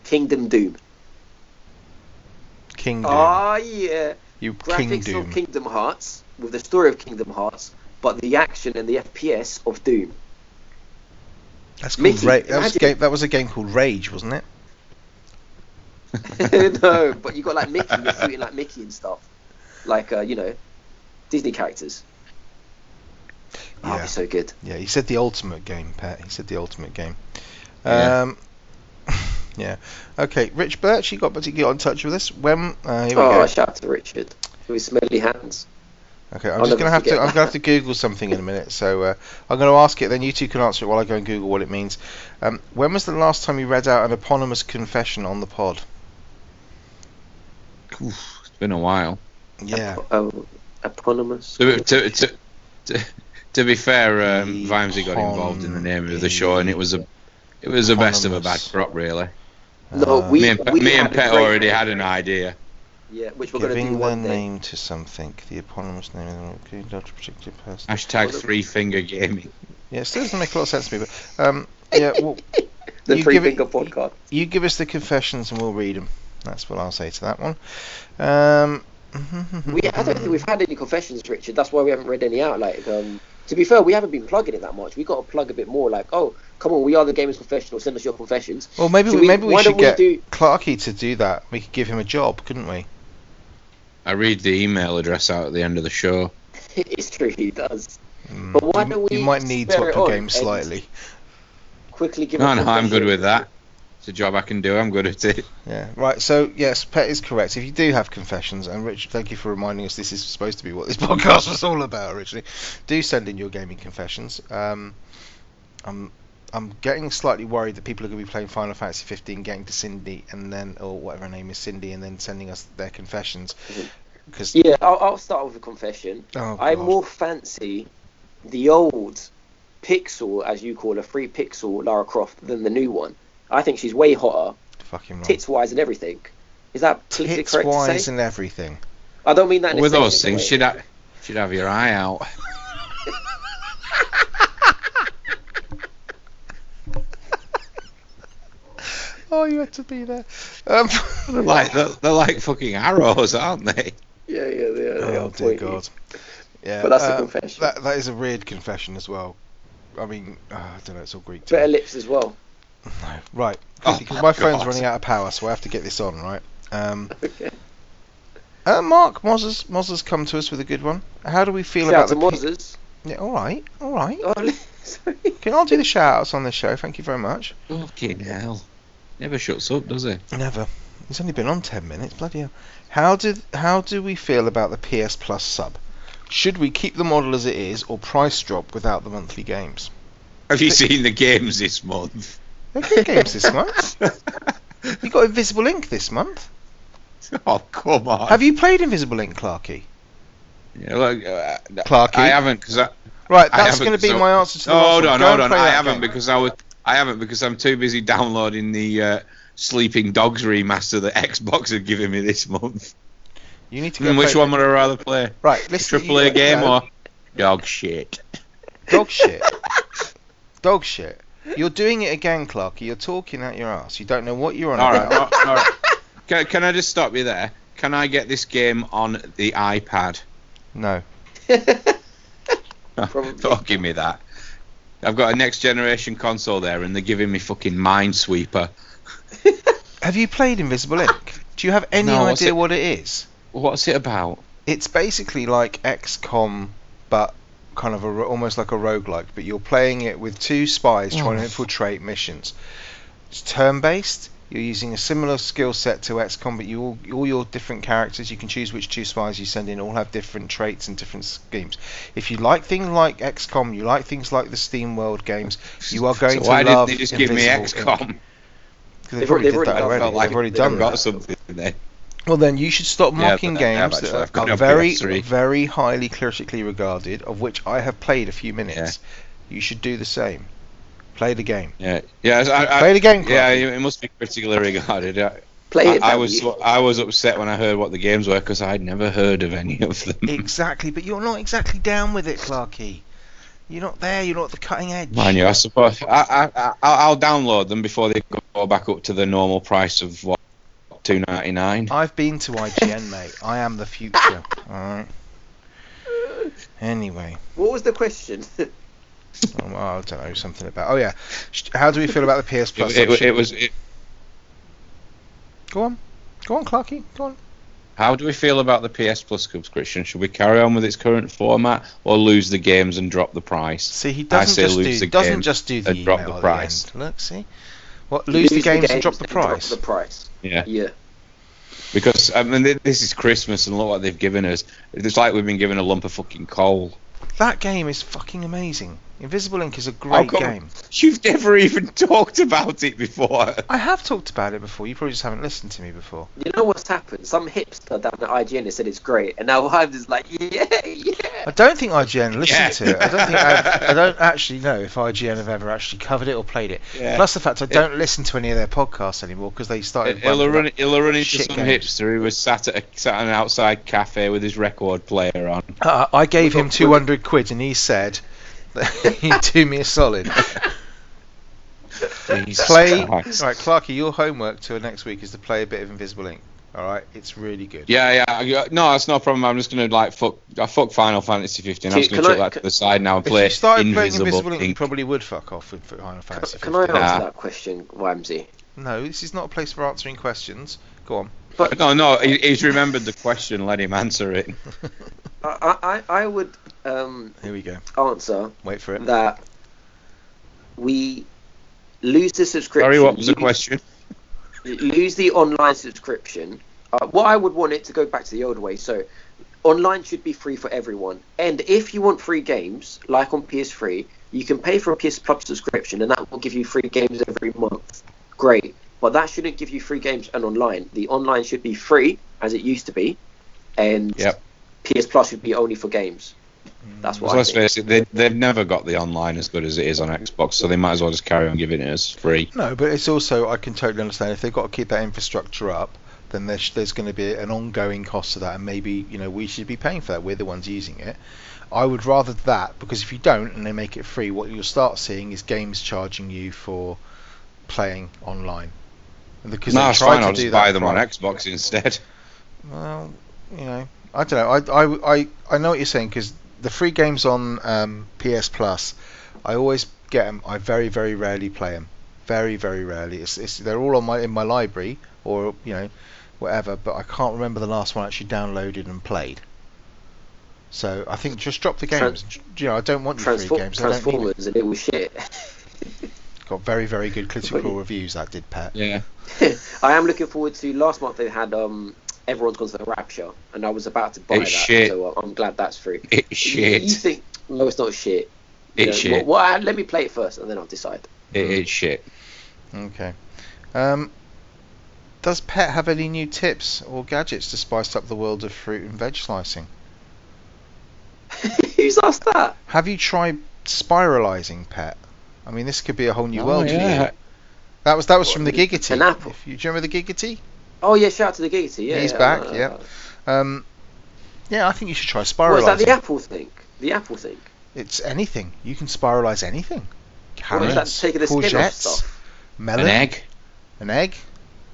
Speaker 1: Kingdom Doom.
Speaker 2: King Doom.
Speaker 1: Ah yeah.
Speaker 2: you King
Speaker 1: Graphics
Speaker 2: Doom.
Speaker 1: of Kingdom Hearts with the story of Kingdom Hearts, but the action and the FPS of Doom.
Speaker 2: That's called
Speaker 1: Mickey,
Speaker 2: Ra- that, was a
Speaker 1: imagine-
Speaker 2: game, that was a game called Rage, wasn't it?
Speaker 1: no, but you got like Mickey, you're shooting like Mickey and stuff, like uh, you know, Disney characters. Oh,
Speaker 2: Yeah.
Speaker 1: it'd be so good.
Speaker 2: Yeah, he said the ultimate game, Pat. He said the ultimate game.
Speaker 3: Yeah.
Speaker 2: Um, yeah. Okay, Rich Birch, you got to get in touch with us. When? Uh, here we
Speaker 1: oh,
Speaker 2: go.
Speaker 1: shout out to Richard with his smelly hands.
Speaker 2: Okay, I'm
Speaker 1: I'll
Speaker 2: just gonna
Speaker 1: never
Speaker 2: have to.
Speaker 1: forget
Speaker 2: I'm gonna have to Google something in a minute. So uh, I'm gonna ask it. Then you two can answer it while I go and Google what it means. Um, when was the last time you read out an eponymous confession on the pod?
Speaker 3: Oof, it's been a while.
Speaker 2: Yeah.
Speaker 1: Oh, eponymous.
Speaker 3: To, to, to, to, to be fair, um,
Speaker 2: The
Speaker 3: Vimesy got involved in the name of the show, and it was a it was the best of a bad
Speaker 2: Eponymous.
Speaker 3: crop, really.
Speaker 1: No,
Speaker 2: Uh,
Speaker 1: we-
Speaker 3: Me and, Pe- me and
Speaker 1: had a
Speaker 3: Pet
Speaker 1: great-
Speaker 3: already had an idea.
Speaker 1: yeah, which we're going to do
Speaker 2: Giving the
Speaker 1: one day.
Speaker 2: name to something, the eponymous name of a particular person.
Speaker 3: Hashtag three finger gaming.
Speaker 2: Yeah, it still doesn't make a lot of sense to me, but um, yeah, well,
Speaker 1: The
Speaker 2: You
Speaker 1: three
Speaker 2: give it-
Speaker 1: finger podcast.
Speaker 2: you give us the confessions and we'll read them. That's what I'll say to that one. Um,
Speaker 1: We, I don't think we've had any confessions, Richard. That's why we haven't read any out. Like, um, to be fair, we haven't been plugging it that much. We got to plug a bit more. Like, oh, come on, we are the gamers professional. Send us your confessions.
Speaker 2: Well, maybe
Speaker 1: Should
Speaker 2: we, maybe we
Speaker 1: why
Speaker 2: should
Speaker 1: don't we
Speaker 2: get
Speaker 1: do?
Speaker 2: Clarkey to do that. We could give him a job, couldn't we?
Speaker 3: I read the email address out at the end of the show.
Speaker 1: it's true, he does.
Speaker 2: Mm.
Speaker 1: But why
Speaker 2: You-
Speaker 1: don't
Speaker 2: You
Speaker 1: we
Speaker 2: might need to
Speaker 1: spare
Speaker 2: up
Speaker 1: it
Speaker 2: your
Speaker 1: on
Speaker 2: game
Speaker 1: and-
Speaker 2: slightly.
Speaker 1: Quickly give.
Speaker 3: No,
Speaker 1: us
Speaker 3: no, I'm good
Speaker 1: confessions.
Speaker 3: with that. It's a job I can do. I'm good at it.
Speaker 2: Yeah. Right. So yes, Pet is correct. If you do have confessions, and Richard, thank you for reminding us this is supposed to be what this podcast was all about originally. Do send in your gaming confessions. Um, I'm I'm getting slightly worried that people are going to be playing Final Fantasy 15, getting to Cindy, and then or whatever her name is, Cindy, and then sending us their confessions. Because
Speaker 1: Mm-hmm. Yeah, I'll, I'll start with a confession.
Speaker 2: oh,
Speaker 1: I
Speaker 2: God.
Speaker 1: more fancy the old pixel, as you call a free pixel Lara Croft, than the new one. I think she's way hotter,
Speaker 2: fucking wrong.
Speaker 1: tits wise and everything. Is that politically
Speaker 2: Tits
Speaker 1: correct to
Speaker 2: wise
Speaker 1: say?
Speaker 2: and everything.
Speaker 1: I don't mean that. In a
Speaker 3: With those
Speaker 1: sexist
Speaker 3: things,
Speaker 1: way.
Speaker 3: should have should have your eye out.
Speaker 2: Oh, you had to be there. Um,
Speaker 3: They're like they're, they're like fucking arrows, aren't they?
Speaker 1: Yeah, yeah, yeah. they are
Speaker 2: Oh dear
Speaker 1: pointy.
Speaker 2: God. Yeah.
Speaker 1: But that's a
Speaker 2: um,
Speaker 1: confession.
Speaker 2: That, that is a weird confession as well. I mean, uh, I don't know. It's all Greek. To
Speaker 1: Better
Speaker 2: me.
Speaker 1: lips as well.
Speaker 2: No. Right.
Speaker 3: Oh,
Speaker 2: Because my phone's
Speaker 3: God.
Speaker 2: running out of power, so I have to get this on. Right. Um,
Speaker 1: Okay.
Speaker 2: uh, Mark Mozzers, Mozzers come to us with a good one. How do we feel
Speaker 1: Shout out
Speaker 2: about
Speaker 1: to
Speaker 2: the? pe-
Speaker 1: Mozzers.
Speaker 2: Yeah, all right. All right.
Speaker 1: Oh, sorry.
Speaker 2: Can I do the shout outs on this show? Thank you very much.
Speaker 3: Fucking hell! Never shuts up, does he?
Speaker 2: Never. It's only been on ten minutes. Bloody hell. How do how do we feel about the PS Plus sub? Should we keep the model as it is, or price drop without the monthly games?
Speaker 3: Have you seen the games this month?
Speaker 2: No good games this month. You got Invisible Ink this month.
Speaker 3: oh come on!
Speaker 2: Have you played Invisible Ink, Clarky?
Speaker 3: Yeah, look, uh,
Speaker 2: Clarky?
Speaker 3: I haven't because I,
Speaker 2: Right,
Speaker 3: I
Speaker 2: that's
Speaker 3: haven't,
Speaker 2: going to be
Speaker 3: so-
Speaker 2: my answer to the
Speaker 3: No,
Speaker 2: last
Speaker 3: hold
Speaker 2: one.
Speaker 3: on,
Speaker 2: Go
Speaker 3: hold
Speaker 2: and
Speaker 3: on.
Speaker 2: play
Speaker 3: I
Speaker 2: that game.
Speaker 3: haven't because I was I haven't because I'm too busy downloading the uh, Sleeping Dogs remaster that Xbox had given me this month.
Speaker 2: you need to go
Speaker 3: And Mm, which
Speaker 2: play-
Speaker 3: one would I rather play?
Speaker 2: Right, listen.
Speaker 3: Triple A
Speaker 2: you-
Speaker 3: game
Speaker 2: no,
Speaker 3: or dog shit?
Speaker 2: dog shit? Dog shit. You're doing it again, Clarky. You're talking out your ass. You don't know what you're on
Speaker 3: All right,
Speaker 2: about.
Speaker 3: all all right. Can, can I just stop you there? Can I get this game on the iPad?
Speaker 2: No.
Speaker 1: Probably.
Speaker 3: Don't give me that. I've got a next generation console there, and they're giving me fucking Minesweeper.
Speaker 2: Have you played Invisible Ink? Do you have any
Speaker 3: No, what's
Speaker 2: idea
Speaker 3: it-
Speaker 2: what it is?
Speaker 3: What's it about?
Speaker 2: It's basically like XCOM, but kind of a, ro- almost like a roguelike, but you're playing it with two spies trying to infiltrate missions. It's turn based. You're using a similar skill set to XCOM, but you all, all your different characters, you can choose which two spies you send in, all have different traits and different schemes. If you like things like XCOM, you like things like the Steam World games, you are going
Speaker 3: so
Speaker 2: to
Speaker 3: why
Speaker 2: love
Speaker 3: didn't they just give me
Speaker 2: Invisible Ink.
Speaker 3: XCOM?
Speaker 2: 'Cause
Speaker 1: They've
Speaker 2: They've already
Speaker 1: already-
Speaker 2: did
Speaker 1: they've
Speaker 2: that
Speaker 1: already
Speaker 2: already.
Speaker 1: done that.
Speaker 2: They've already
Speaker 3: They've
Speaker 2: done that.
Speaker 3: got something there.
Speaker 2: Well, then you should stop
Speaker 3: Yeah,
Speaker 2: mocking
Speaker 3: but I have
Speaker 2: games
Speaker 3: actually. I've
Speaker 2: that are,
Speaker 3: got it
Speaker 2: are
Speaker 3: on
Speaker 2: very,
Speaker 3: PS3.
Speaker 2: very highly critically regarded, of which I have played a few minutes. You should do the same. Play the game.
Speaker 3: Yeah, yeah. I, I,
Speaker 2: Play the game.
Speaker 3: Yeah,
Speaker 2: Clarky.
Speaker 3: it it must be critically regarded. I,
Speaker 1: Play it.
Speaker 3: I, I
Speaker 1: Sammy.
Speaker 3: was so- I was upset when I heard what the games were because I'd never heard of any of them.
Speaker 2: exactly. But you're not exactly down with it, Clarky. You're not there. You're not at the cutting edge.
Speaker 3: Mind you, I suppose I, I, I I'll download them before they go back up to the normal price of what two ninety nine.
Speaker 2: I've been to IGN, mate. I am the future. All right. Anyway,
Speaker 1: What was the question?
Speaker 2: oh, well, I don't know something about. Oh yeah, Sh- how do we feel about the PS Plus?
Speaker 3: It, it,
Speaker 2: option?
Speaker 3: it was. It,
Speaker 2: Go on, go on, Clarky. Go on.
Speaker 3: how do we feel about the PS Plus subscription? Should we carry on with its current format or lose the games and drop the price?
Speaker 2: See, he
Speaker 3: I
Speaker 2: doesn't
Speaker 3: say
Speaker 2: just
Speaker 3: lose
Speaker 2: do
Speaker 3: the
Speaker 2: doesn't
Speaker 3: games
Speaker 2: just do the
Speaker 3: and drop
Speaker 2: email
Speaker 3: the
Speaker 2: at
Speaker 3: price.
Speaker 2: end. Look, see, what lose, the games, and drop the price?
Speaker 1: the price.
Speaker 3: Yeah.
Speaker 1: Yeah.
Speaker 3: Because I mean, th- this is Christmas, and look what they've given us. It's like we've been given a lump of fucking coal.
Speaker 2: That game is fucking amazing. Invisible Ink is a
Speaker 3: How
Speaker 2: great
Speaker 3: come
Speaker 2: game.
Speaker 3: You've never even talked about it before.
Speaker 2: I have talked about it before. You probably just haven't listened to me before.
Speaker 1: You know what's happened? Some hipster down at IGN has said it's great, and now I'm just like, yeah, yeah.
Speaker 2: I don't think IGN listened
Speaker 3: Yeah.
Speaker 2: to it. I don't think I've, I don't actually know if IGN have ever actually covered it or played it.
Speaker 3: Yeah.
Speaker 2: Plus the fact I don't listen to any of their podcasts anymore because they started.
Speaker 3: He'll
Speaker 2: ramping
Speaker 3: run,
Speaker 2: up.
Speaker 3: he'll run into
Speaker 2: Shit
Speaker 3: some
Speaker 2: games.
Speaker 3: hipster who was sat at, a, sat at an outside cafe with his record player on.
Speaker 2: Uh, I gave
Speaker 1: We've
Speaker 2: him
Speaker 1: got-
Speaker 2: 200 quid and he said that he'd do me a solid.
Speaker 3: Jesus
Speaker 2: Play. Right,
Speaker 3: Christ.
Speaker 2: Clarky, your homework till next week is to play a bit of Invisible Ink. All right, it's really good.
Speaker 3: Yeah, yeah, I- yeah. No, that's no problem. I'm just gonna like fuck. I fuck Final Fantasy 15. I'm
Speaker 1: Can-
Speaker 3: just gonna
Speaker 1: can
Speaker 3: chuck
Speaker 1: I-
Speaker 3: that to
Speaker 1: can-
Speaker 3: the side now and
Speaker 2: If
Speaker 3: play
Speaker 2: you started playing
Speaker 3: Invisible,
Speaker 2: Invisible Ink, you
Speaker 3: Ink.
Speaker 2: probably would fuck off with Final Fantasy.
Speaker 1: Can I answer
Speaker 2: 15.
Speaker 3: Nah.
Speaker 1: that question, Ramsey?
Speaker 2: No, this is not a place for answering questions. Go on.
Speaker 1: But
Speaker 3: Oh, No, no, he, he's remembered the question. Let him answer it.
Speaker 1: I, I, I would um,
Speaker 2: Here we go.
Speaker 1: answer
Speaker 2: Wait for it.
Speaker 1: that we lose the subscription.
Speaker 3: Sorry, what was the
Speaker 1: lose-
Speaker 3: question?
Speaker 1: lose the online subscription. Uh, what I would want it to go back to the old way. So, online should be free for everyone. And if you want free games, like on PS3, you can pay for a PS Plus subscription, and that will give you free games every month. Great, but that shouldn't give you free games and online. The online should be free as it used to be, and
Speaker 3: Yep.
Speaker 1: PS Plus should be only for games.
Speaker 2: Mm.
Speaker 1: That's what I
Speaker 3: Let's
Speaker 1: think.
Speaker 3: face it, they, they've never got the online as good as it is on Xbox, so they might as well just carry on giving it us free.
Speaker 2: No, but it's also I can totally understand if they've got to keep that infrastructure up, then there's there's going to be an ongoing cost to that, and maybe you know we should be paying for that. We're the ones using it. I would rather that because if you don't and they make it free, what you'll start seeing is games charging you for playing online. And Because
Speaker 3: No,
Speaker 2: they
Speaker 3: it's
Speaker 2: tried
Speaker 3: fine.
Speaker 2: to
Speaker 3: I'll
Speaker 2: do
Speaker 3: just
Speaker 2: that
Speaker 3: buy them on
Speaker 2: for-
Speaker 3: Xbox instead.
Speaker 2: Well, you know, I don't know. I I I, I know what you're saying because the free games on um, PS Plus, I always get them. I very very rarely play them. Very very rarely. It's, it's they're all on my in my library or you know whatever, but I can't remember the last one I actually downloaded and played. So I think just drop the games.
Speaker 1: Trans-
Speaker 2: you know, I don't want your free
Speaker 1: Transform-
Speaker 2: games. I don't need it.
Speaker 1: Transformers, and it was shit.
Speaker 2: Got very very good critical reviews. That did pet.
Speaker 3: Yeah.
Speaker 1: I am looking forward to last month. They had um, everyone's gone to the Rapture, and I was about to buy
Speaker 3: It's
Speaker 1: that.
Speaker 3: shit.
Speaker 1: So uh, I'm glad that's free.
Speaker 3: It's shit.
Speaker 1: You think? No, it's not shit. You
Speaker 3: It's
Speaker 1: know,
Speaker 3: shit.
Speaker 1: Well, well, let me play it first, and then I'll decide.
Speaker 3: It, it's shit.
Speaker 2: Okay. Um, does Pet have any new tips or gadgets to spice up the world of fruit and veg slicing?
Speaker 1: Who's asked that?
Speaker 2: Have you tried spiralizing Pet? I mean, this could be a whole new
Speaker 3: Oh,
Speaker 2: world for
Speaker 3: yeah.
Speaker 2: you. That was that was from the
Speaker 1: An
Speaker 2: Giggity.
Speaker 1: apple.
Speaker 2: If you, do you remember the Giggity?
Speaker 1: Oh yeah, shout out to the Giggity. Yeah,
Speaker 2: He's
Speaker 1: yeah,
Speaker 2: back,
Speaker 1: uh,
Speaker 2: yeah. Um, yeah, I think you should try spiralizing.
Speaker 1: What is that? The Apple thing. The Apple thing.
Speaker 2: It's anything. You can spiralize anything.
Speaker 1: What is that?
Speaker 2: Carrots,
Speaker 1: Taking the skin off
Speaker 2: courgettes,
Speaker 1: stuff.
Speaker 2: melon,
Speaker 3: An egg,
Speaker 2: an egg,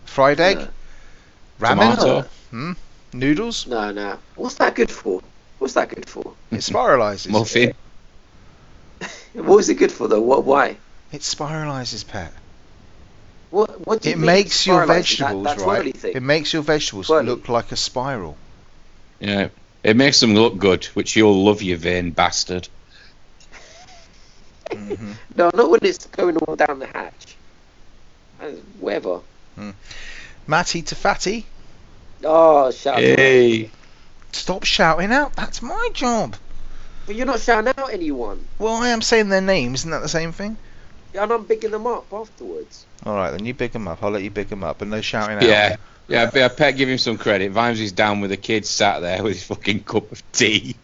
Speaker 2: fried egg,
Speaker 1: Yeah.
Speaker 2: ramen,
Speaker 3: tomato.
Speaker 2: hmm, noodles.
Speaker 1: No, no. What's that good for? What's that good for?
Speaker 2: It spiralizes.
Speaker 3: muffin.
Speaker 1: What is it good for though? What? Why?
Speaker 2: It spiralizes, Pet.
Speaker 1: What? What do you
Speaker 2: It
Speaker 1: mean
Speaker 2: makes your
Speaker 1: spiralising?
Speaker 2: vegetables,
Speaker 1: that, that twirly
Speaker 2: right?
Speaker 1: Thing.
Speaker 2: It makes your vegetables
Speaker 1: Twirly.
Speaker 2: look like a spiral.
Speaker 3: Yeah. It makes them look good, which you'll love, you vain bastard.
Speaker 1: No, not when it's going all down the hatch. Uh, Whatever.
Speaker 2: Matty to Fatty,
Speaker 1: Oh, shout out. to-
Speaker 3: Hey.
Speaker 2: stop shouting out. That's my job.
Speaker 1: But you're not shouting out anyone.
Speaker 2: Well, I am saying their names. Isn't that the same thing?
Speaker 1: And I'm bigging them up afterwards.
Speaker 2: All right, then you big them up. I'll let you big them up, but no shouting out.
Speaker 3: Yeah. Yeah, but yeah, Pet, give him some credit. Vimesy's down with the kid sat there with his fucking cup of tea.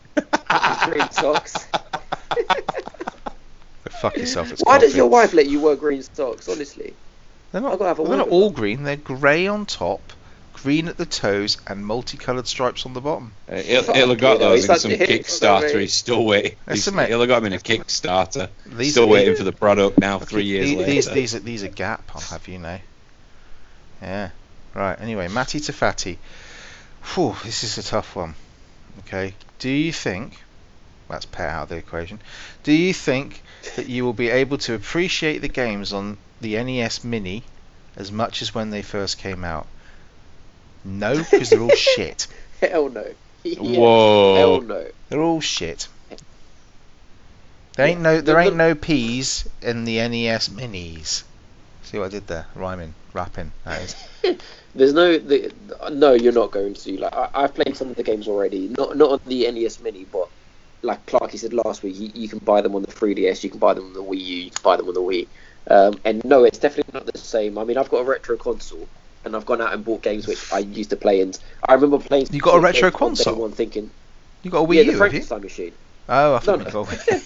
Speaker 1: Green socks.
Speaker 2: Go fuck yourself. It's
Speaker 1: Why does
Speaker 2: coffee.
Speaker 1: your wife let you wear green socks? Honestly,
Speaker 2: They're
Speaker 1: I've
Speaker 2: not,
Speaker 1: gotta have a
Speaker 2: they're not
Speaker 1: word with
Speaker 2: all green. They're grey on top, green at the toes, and multicoloured stripes on the bottom.
Speaker 3: Uh, he'll, he'll have got
Speaker 1: Yeah,
Speaker 3: those
Speaker 1: he's
Speaker 3: in
Speaker 1: had
Speaker 3: some
Speaker 1: to hit
Speaker 3: Kickstarter.
Speaker 1: already.
Speaker 3: He's still waiting. He's,
Speaker 2: Listen, mate.
Speaker 3: he'll have got him in a Kickstarter.
Speaker 2: These
Speaker 3: still
Speaker 2: are-
Speaker 3: waiting for the product now, three years
Speaker 2: these,
Speaker 3: later.
Speaker 2: These, these, are, these are Gap, I'll have you know. Yeah. Right, anyway, Matty to Fatty. Whew, this is a tough one. Okay. Do you think, that's pet out of the equation, do you think that you will be able to appreciate the games on the NES Mini as much as when they first came out? No, because they're all shit.
Speaker 1: hell no. Yeah,
Speaker 3: Whoa.
Speaker 1: Hell no.
Speaker 2: They're all shit. There ain't no, there ain't no peas in the NES E Minis. See what I did there? Rhyming, rapping. That is.
Speaker 1: There's no, the, no, you're not going to. Like I, I've played some of the games already, not not on the NES Mini, but like Clarky said last week, you, you can buy them on the 3DS, you can buy them on the Wii U, you can buy them on the Wii. Um, and no, it's definitely not the same. I mean, I've got a retro console, and I've gone out and bought games which I used to play, and I remember playing.
Speaker 2: You got a retro
Speaker 1: games on day
Speaker 2: console?
Speaker 1: One thinking,
Speaker 2: You got a Wii
Speaker 1: yeah,
Speaker 2: U,
Speaker 1: the
Speaker 2: have you?
Speaker 1: Frankenstein machine.
Speaker 2: Oh, I thought
Speaker 1: No,
Speaker 2: you
Speaker 1: no.
Speaker 2: meant- well,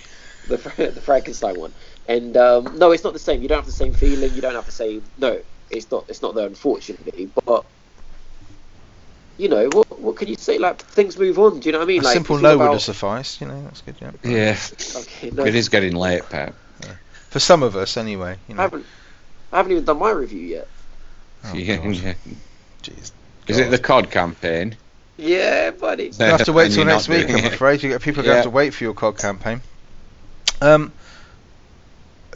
Speaker 1: the, Fra- the Frankenstein one. And um, no, it's not the same. You don't have the same feeling. You don't have the same. No, it's not. It's not there, unfortunately. But you know, what what can you say? Like things move on. Do you know what I mean?
Speaker 2: A
Speaker 1: like
Speaker 2: simple
Speaker 1: it's
Speaker 2: no
Speaker 1: all
Speaker 2: would
Speaker 1: about-
Speaker 2: have sufficed. You know, that's good. Yeah.
Speaker 3: Yeah,
Speaker 1: Okay, no,
Speaker 3: it is getting late, Pat.
Speaker 2: For some of us, anyway. You
Speaker 1: I
Speaker 2: know.
Speaker 1: haven't. I haven't even done my review yet.
Speaker 2: Oh,
Speaker 3: yeah,
Speaker 2: God.
Speaker 3: yeah.
Speaker 2: Jeez.
Speaker 3: Is it the COD campaign?
Speaker 1: Yeah, buddy.
Speaker 2: You have to wait
Speaker 3: And
Speaker 2: till
Speaker 3: you're
Speaker 2: next
Speaker 3: not
Speaker 2: week,
Speaker 3: doing
Speaker 2: I'm
Speaker 3: it.
Speaker 2: afraid. You got people are going to have to
Speaker 3: Yeah.
Speaker 2: wait for your COD campaign. Um,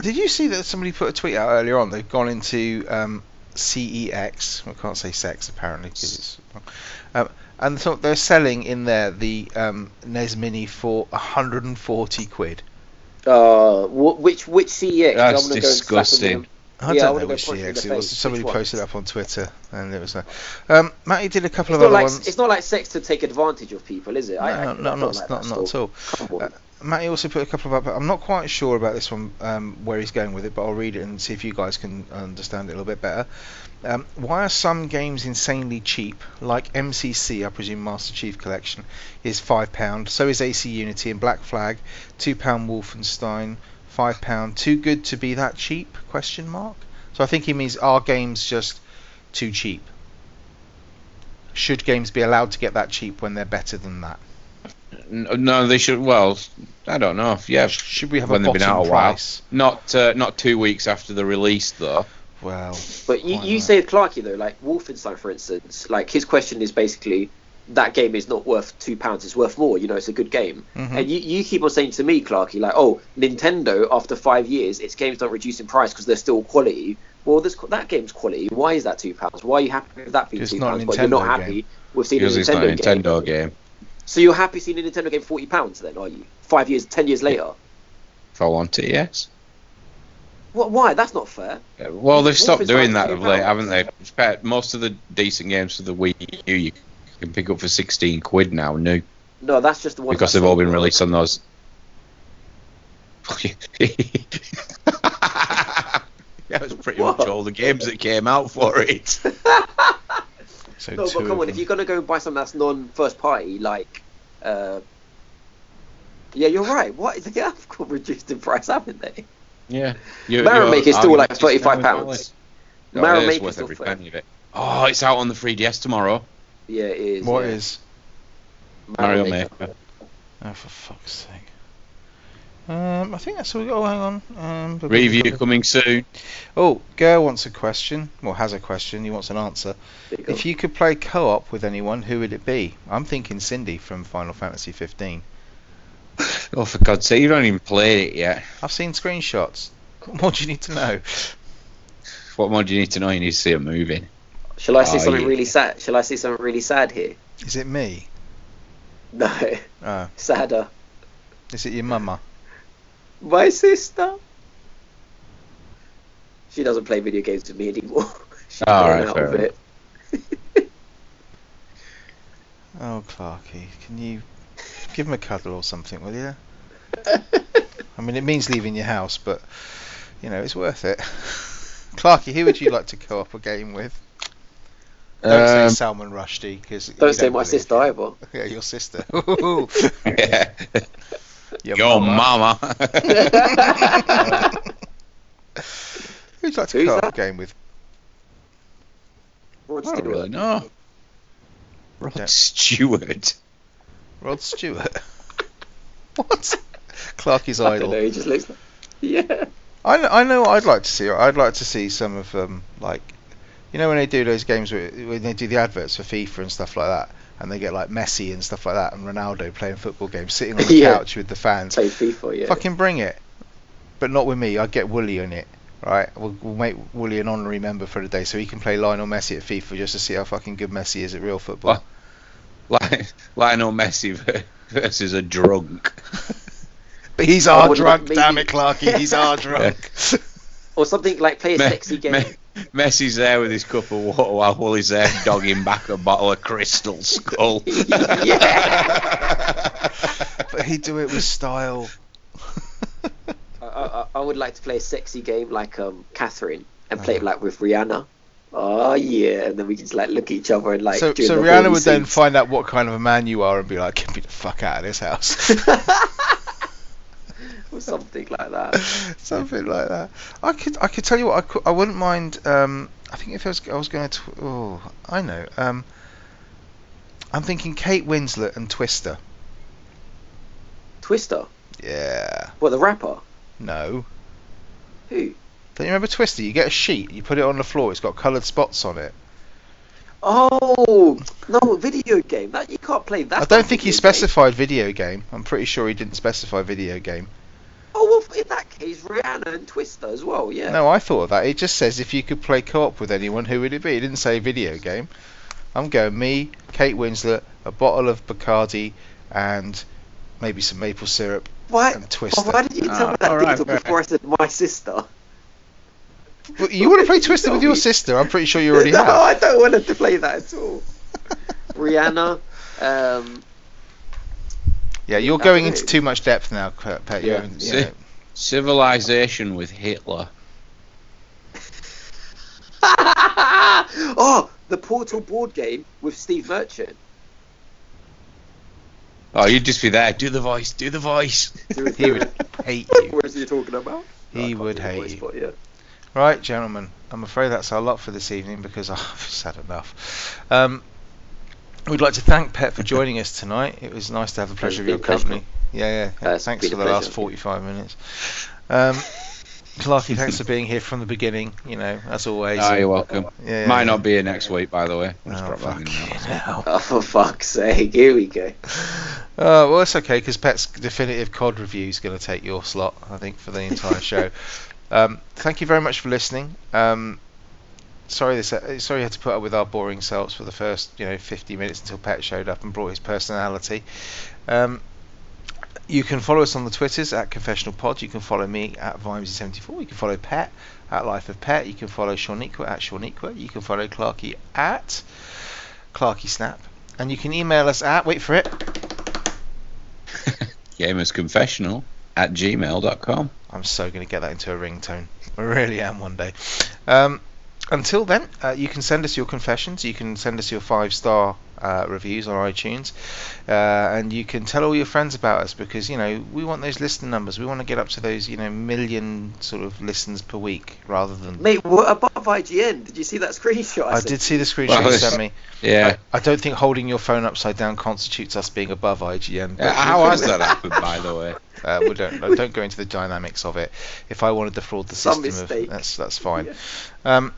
Speaker 2: did you see that somebody put a tweet out earlier on? They've gone into um, CEX. I can't say sex apparently 'cause it's. Um, and so they're selling in there the um, NES Mini for 140 quid.
Speaker 1: Uh, wh- which which CEX?
Speaker 3: That's
Speaker 1: I'm gonna
Speaker 3: disgusting.
Speaker 1: Go and slap him.
Speaker 2: I
Speaker 1: Yeah, I
Speaker 2: don't
Speaker 1: wanna
Speaker 2: know
Speaker 1: go
Speaker 2: which
Speaker 1: punch you in
Speaker 2: CX
Speaker 1: the
Speaker 2: it was.
Speaker 1: face.
Speaker 2: Somebody
Speaker 1: Which one?
Speaker 2: posted it up on Twitter, and it was. Uh, um, Matty did a couple of
Speaker 1: It's not
Speaker 2: other
Speaker 1: like
Speaker 2: ones.
Speaker 1: it's not like sex to take advantage of people, is it?
Speaker 2: No, no, no, not, not, not at all.
Speaker 1: Come on.
Speaker 2: Uh, Matty also put a couple of up. I'm not quite sure about this one, um, where he's going with it, but I'll read it and see if you guys can understand it a little bit better. Um, why are some games insanely cheap? Like MCC, I presume Master Chief Collection, is five pound. So is AC Unity and Black Flag, two pound Wolfenstein, five pound. Too good to be that cheap? Question mark. So I think he means are games just too cheap? Should games be allowed to get that cheap when they're better than that?
Speaker 3: N- No, they should. Well, I don't know. Yeah,
Speaker 2: Should we have
Speaker 3: when
Speaker 2: a bottom
Speaker 3: they've been out a while.
Speaker 2: price?
Speaker 3: Not uh, not two weeks after the release, though.
Speaker 2: Well,
Speaker 1: But you,
Speaker 2: Why
Speaker 1: you
Speaker 2: not?
Speaker 1: say Clarky though, like Wolfenstein for instance, like his question is basically that game is not worth two pounds, it's worth more, you know, it's a good game.
Speaker 2: Mhm.
Speaker 1: And you, you keep on saying to me, Clarky, like, oh, Nintendo after five years, its games don't reduce in price because they're still quality. Well, this that game's quality. Why is that two pounds? Why are you happy with that being
Speaker 2: It's
Speaker 1: two
Speaker 2: not a
Speaker 1: pounds? But you're not
Speaker 2: Nintendo
Speaker 1: happy with seeing a
Speaker 3: Because
Speaker 1: Nintendo,
Speaker 3: it's not a
Speaker 1: game.
Speaker 3: Nintendo game
Speaker 1: So you're happy seeing a Nintendo game forty pounds then, are you? Five years, ten years later.
Speaker 3: if I want it. Yes.
Speaker 1: What? Why? That's not fair.
Speaker 3: Yeah, Well, they've
Speaker 1: Wolf
Speaker 3: stopped
Speaker 1: is
Speaker 3: doing
Speaker 1: like
Speaker 3: that of
Speaker 1: two
Speaker 3: late, haven't
Speaker 1: pounds.
Speaker 3: they? In fact, Most of the decent games for the Wii U you can pick up for 16 quid now, new,
Speaker 1: No, that's just the one.
Speaker 3: because they've all been released on those. that was pretty much
Speaker 1: What?
Speaker 3: all the games that came out for it.
Speaker 2: so
Speaker 1: No,
Speaker 2: two
Speaker 1: but
Speaker 2: of
Speaker 1: come on, if
Speaker 2: them.
Speaker 1: you're gonna go and buy something that's non-first party, like, uh, yeah, you're right. What they have got reduced in price, haven't they?
Speaker 3: Yeah. You,
Speaker 1: Marrow
Speaker 3: your
Speaker 1: Maker's still like
Speaker 3: argument is
Speaker 1: £35.
Speaker 3: now invalid. No,
Speaker 1: Marrow
Speaker 3: Oh, it is
Speaker 1: Maker's
Speaker 3: worth
Speaker 1: still
Speaker 3: every
Speaker 1: fair.
Speaker 3: penny of it. Oh, it's out on the 3DS tomorrow.
Speaker 1: Yeah, it is.
Speaker 2: What
Speaker 1: yeah.
Speaker 2: is?
Speaker 3: Mario Maker.
Speaker 2: Oh, for fuck's sake. Um, I think that's all we got. Oh, hang on. Um, blah, blah, blah,
Speaker 3: Review
Speaker 2: blah.
Speaker 3: coming soon.
Speaker 2: Oh, Ger wants a question. Well, has a question. He wants an answer.
Speaker 1: There you go.
Speaker 2: If you could play co-op with anyone, who would it be? I'm thinking Cindy from Final Fantasy 15.
Speaker 3: Oh, for God's sake, you haven't even played it yet.
Speaker 2: I've seen screenshots. What more do you need to know?
Speaker 3: What more do you need to know? You need to see it moving.
Speaker 1: Shall I see
Speaker 3: Oh,
Speaker 1: something
Speaker 3: yeah.
Speaker 1: really sad? Shall I see something really sad here?
Speaker 2: Is it me?
Speaker 1: No,
Speaker 2: Oh,
Speaker 1: sadder.
Speaker 2: is it your mama?
Speaker 1: My sister. She doesn't play video games with me anymore. She's
Speaker 3: All
Speaker 1: grown
Speaker 3: right,
Speaker 1: out
Speaker 3: fair
Speaker 1: of
Speaker 3: enough.
Speaker 1: it.
Speaker 2: Oh, Clarky, can you give him a cuddle or something, will you? I mean, it means leaving your house, but you know, it's worth it. Clarky, who would you like to co-op a game with? Don't
Speaker 3: Um,
Speaker 2: say Salman Rushdie, because
Speaker 1: Um, Don't say my sister either.
Speaker 2: Yeah, your sister.
Speaker 3: yeah.
Speaker 2: Your
Speaker 3: Your
Speaker 2: mama.
Speaker 3: mama.
Speaker 2: Who'd you like to
Speaker 1: Who's
Speaker 2: co-op a
Speaker 1: that?
Speaker 2: game with?
Speaker 1: Rod
Speaker 3: I don't
Speaker 1: Stewart.
Speaker 3: really know. Rod
Speaker 2: Yeah.
Speaker 3: Stewart.
Speaker 2: Rod Stewart. what? Clarky's
Speaker 1: I don't
Speaker 2: idol.
Speaker 1: know. He just looks. Like... Yeah.
Speaker 2: I know, I know what I'd like to see. I'd like to see some of um like you know when they do those games where, when they do the adverts for FIFA and stuff like that and they get like Messi and stuff like that and Ronaldo playing football games sitting on the
Speaker 1: Yeah.
Speaker 2: couch with the fans.
Speaker 1: Play FIFA. Yeah.
Speaker 2: Fucking bring it. But not with me. I'd get Wooly on it. Right? We'll, we'll make Wooly an honorary member for the day so he can play Lionel Messi at FIFA just to see how fucking good Messi is at real football.
Speaker 3: Lion- Lionel Messi ver- versus a drunk.
Speaker 2: But he's
Speaker 1: I
Speaker 2: our
Speaker 1: wouldn't
Speaker 2: drunk,
Speaker 1: maybe-
Speaker 2: damn it, Clarky. He's our drunk.
Speaker 1: or something like play a
Speaker 3: Me-
Speaker 1: sexy game.
Speaker 3: Me- Messi's there with his cup of water while Wally's there dogging back a bottle of Crystal Skull.
Speaker 2: But he'd do it with style.
Speaker 1: I, I, I would like to play a sexy game like um Catherine
Speaker 2: Oh,
Speaker 1: and play it like with Rihanna. Oh yeah, and then we can just like look at each other and like.
Speaker 2: so
Speaker 1: doing
Speaker 2: so
Speaker 1: the
Speaker 2: Rihanna
Speaker 1: horny
Speaker 2: would then
Speaker 1: scenes.
Speaker 2: find out what kind of a man you are and be like, get me the fuck out of this house.
Speaker 1: or something like that.
Speaker 2: Something like that. I could I could tell you what I, could, I wouldn't mind. Um, I think if I was I was going to oh I know. Um, I'm thinking Kate Winslet and Twister.
Speaker 1: Twister.
Speaker 2: Yeah.
Speaker 1: What the rapper?
Speaker 2: No.
Speaker 1: Who?
Speaker 2: Don't you remember Twister? You get a sheet, you put it on the floor. It's got coloured spots on it.
Speaker 1: Oh no, video game. That you can't play that.
Speaker 2: I don't think he
Speaker 1: specified.
Speaker 2: specified video game. I'm pretty sure he didn't specify video game.
Speaker 1: Oh well, in that case, Rihanna and Twister as well. Yeah.
Speaker 2: No, I thought of that. It just says if you could play co-op with anyone, who would it be? It didn't say video game. I'm going me, Kate Winslet, a bottle of Bacardi, and maybe some maple syrup
Speaker 1: Why?
Speaker 2: and Twister.
Speaker 1: why did you tell
Speaker 3: Ah,
Speaker 1: me that
Speaker 3: all
Speaker 1: detail
Speaker 3: right, all right.
Speaker 1: before I said my sister?
Speaker 2: Well, you want to play
Speaker 1: You
Speaker 2: Twister with
Speaker 1: told
Speaker 2: your
Speaker 1: me.
Speaker 2: sister? I'm pretty sure you already
Speaker 1: no,
Speaker 2: have.
Speaker 1: I don't want her to play that at all. Rihanna. Um,
Speaker 2: Yeah, you're
Speaker 1: That's
Speaker 2: going
Speaker 1: it.
Speaker 2: into too much depth now, Pet. Pet. You're
Speaker 3: Yeah.
Speaker 2: having-
Speaker 3: See? Civilization with Hitler.
Speaker 1: oh, the Portal board game with Steve Merchant.
Speaker 3: Oh, you'd just be there. Do the voice. Do the voice.
Speaker 2: He would hate you.
Speaker 1: What is he talking about? I
Speaker 2: He
Speaker 1: can't
Speaker 2: would
Speaker 1: do the
Speaker 2: hate
Speaker 1: voice,
Speaker 2: you.
Speaker 1: but yeah.
Speaker 2: Right, gentlemen, I'm afraid that's our lot for this evening because I've said enough. Um, we'd like to thank Pet for joining us tonight. It was nice to have the pleasure of
Speaker 1: been
Speaker 2: your
Speaker 1: a pleasure.
Speaker 2: company. Yeah, yeah. yeah.
Speaker 1: Uh, it's
Speaker 2: thanks
Speaker 1: been
Speaker 2: for
Speaker 1: a
Speaker 2: the last
Speaker 1: pleasure.
Speaker 2: 45 minutes. Um, Clarky, thanks for being here from the beginning. You know, as always.
Speaker 3: Ah, you're welcome.
Speaker 2: Yeah,
Speaker 3: Might
Speaker 2: yeah.
Speaker 3: not be here next week, by the way. I'll just
Speaker 2: Oh,
Speaker 3: drop that in
Speaker 2: fucking
Speaker 3: now.
Speaker 2: hell.
Speaker 1: Oh, for fuck's sake! Here we go.
Speaker 2: Oh, well, it's okay because Pet's definitive COD review is going to take your slot, I think, for the entire show. Um, thank you very much for listening. Um, sorry, this uh, sorry you had to put up with our boring selves for the first you know 50 minutes until Pet showed up and brought his personality. Um, you can follow us on the Twitters at Confessional Pod. You can follow me at Vimesy74. You can follow Pet at Life of Pet. You can follow Shauniqua at Shauniqua. You can follow Clarky at Clarky Snap. And you can email us at wait for it
Speaker 3: Gamersconfessional at gmail.com.
Speaker 2: I'm so going to get that into a ringtone. I really am one day. Um, until then, uh, you can send us your confessions. You can send us your five star uh, reviews on iTunes. Uh, and you can tell all your friends about us because, you know, we want those listen numbers. We want to get up to those, you know, million sort of listens per week rather than.
Speaker 1: Mate, what above IGN? Did you see that screenshot?
Speaker 2: I
Speaker 1: sent
Speaker 2: did see the screenshot
Speaker 3: Well,
Speaker 2: you
Speaker 3: it's-
Speaker 2: sent me.
Speaker 3: Yeah.
Speaker 2: I don't think holding your phone upside down constitutes us being above IGN. but-
Speaker 3: How has that happened, by the way?
Speaker 2: Uh, we don't no, don't go into the dynamics of it. If I wanted to fraud the
Speaker 1: Some
Speaker 2: system, of,
Speaker 1: mistake.
Speaker 2: that's that's fine. Um,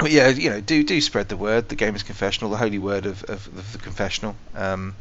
Speaker 2: but yeah, you know, do do spread the word. The game is confessional, the holy word of, of, of the confessional. Um,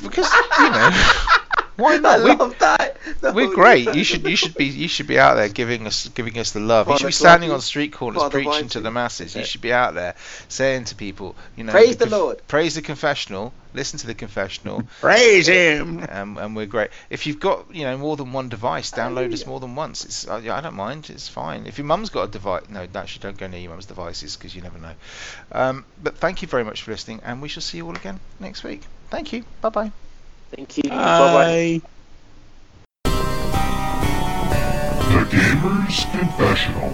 Speaker 2: because you know, why
Speaker 1: I
Speaker 2: not? We,
Speaker 1: love that. The
Speaker 2: we're
Speaker 1: whole
Speaker 2: great.
Speaker 1: thing.
Speaker 2: You should you should be you should be out there giving us giving us the love. You
Speaker 1: Father
Speaker 2: should be standing
Speaker 1: Clarkie,
Speaker 2: on street corners
Speaker 1: Father
Speaker 2: preaching to
Speaker 1: Whitey.
Speaker 2: the masses. You
Speaker 1: Yeah.
Speaker 2: should be out there saying to people, you know,
Speaker 1: Praise the
Speaker 2: conf-
Speaker 1: Lord.
Speaker 2: praise the confessional, listen to the confessional,
Speaker 3: Praise him!
Speaker 2: um, and we're great. If you've got you know more than one device, download us more than once. It's I, I don't mind. It's fine. If your mum's got a device, no, actually don't go near your mum's devices because you never know. Um, but thank you very much for listening, and we shall see you all again next week. Thank you. Bye bye.
Speaker 1: Thank you. Bye bye.
Speaker 4: The Gamer's Confessional.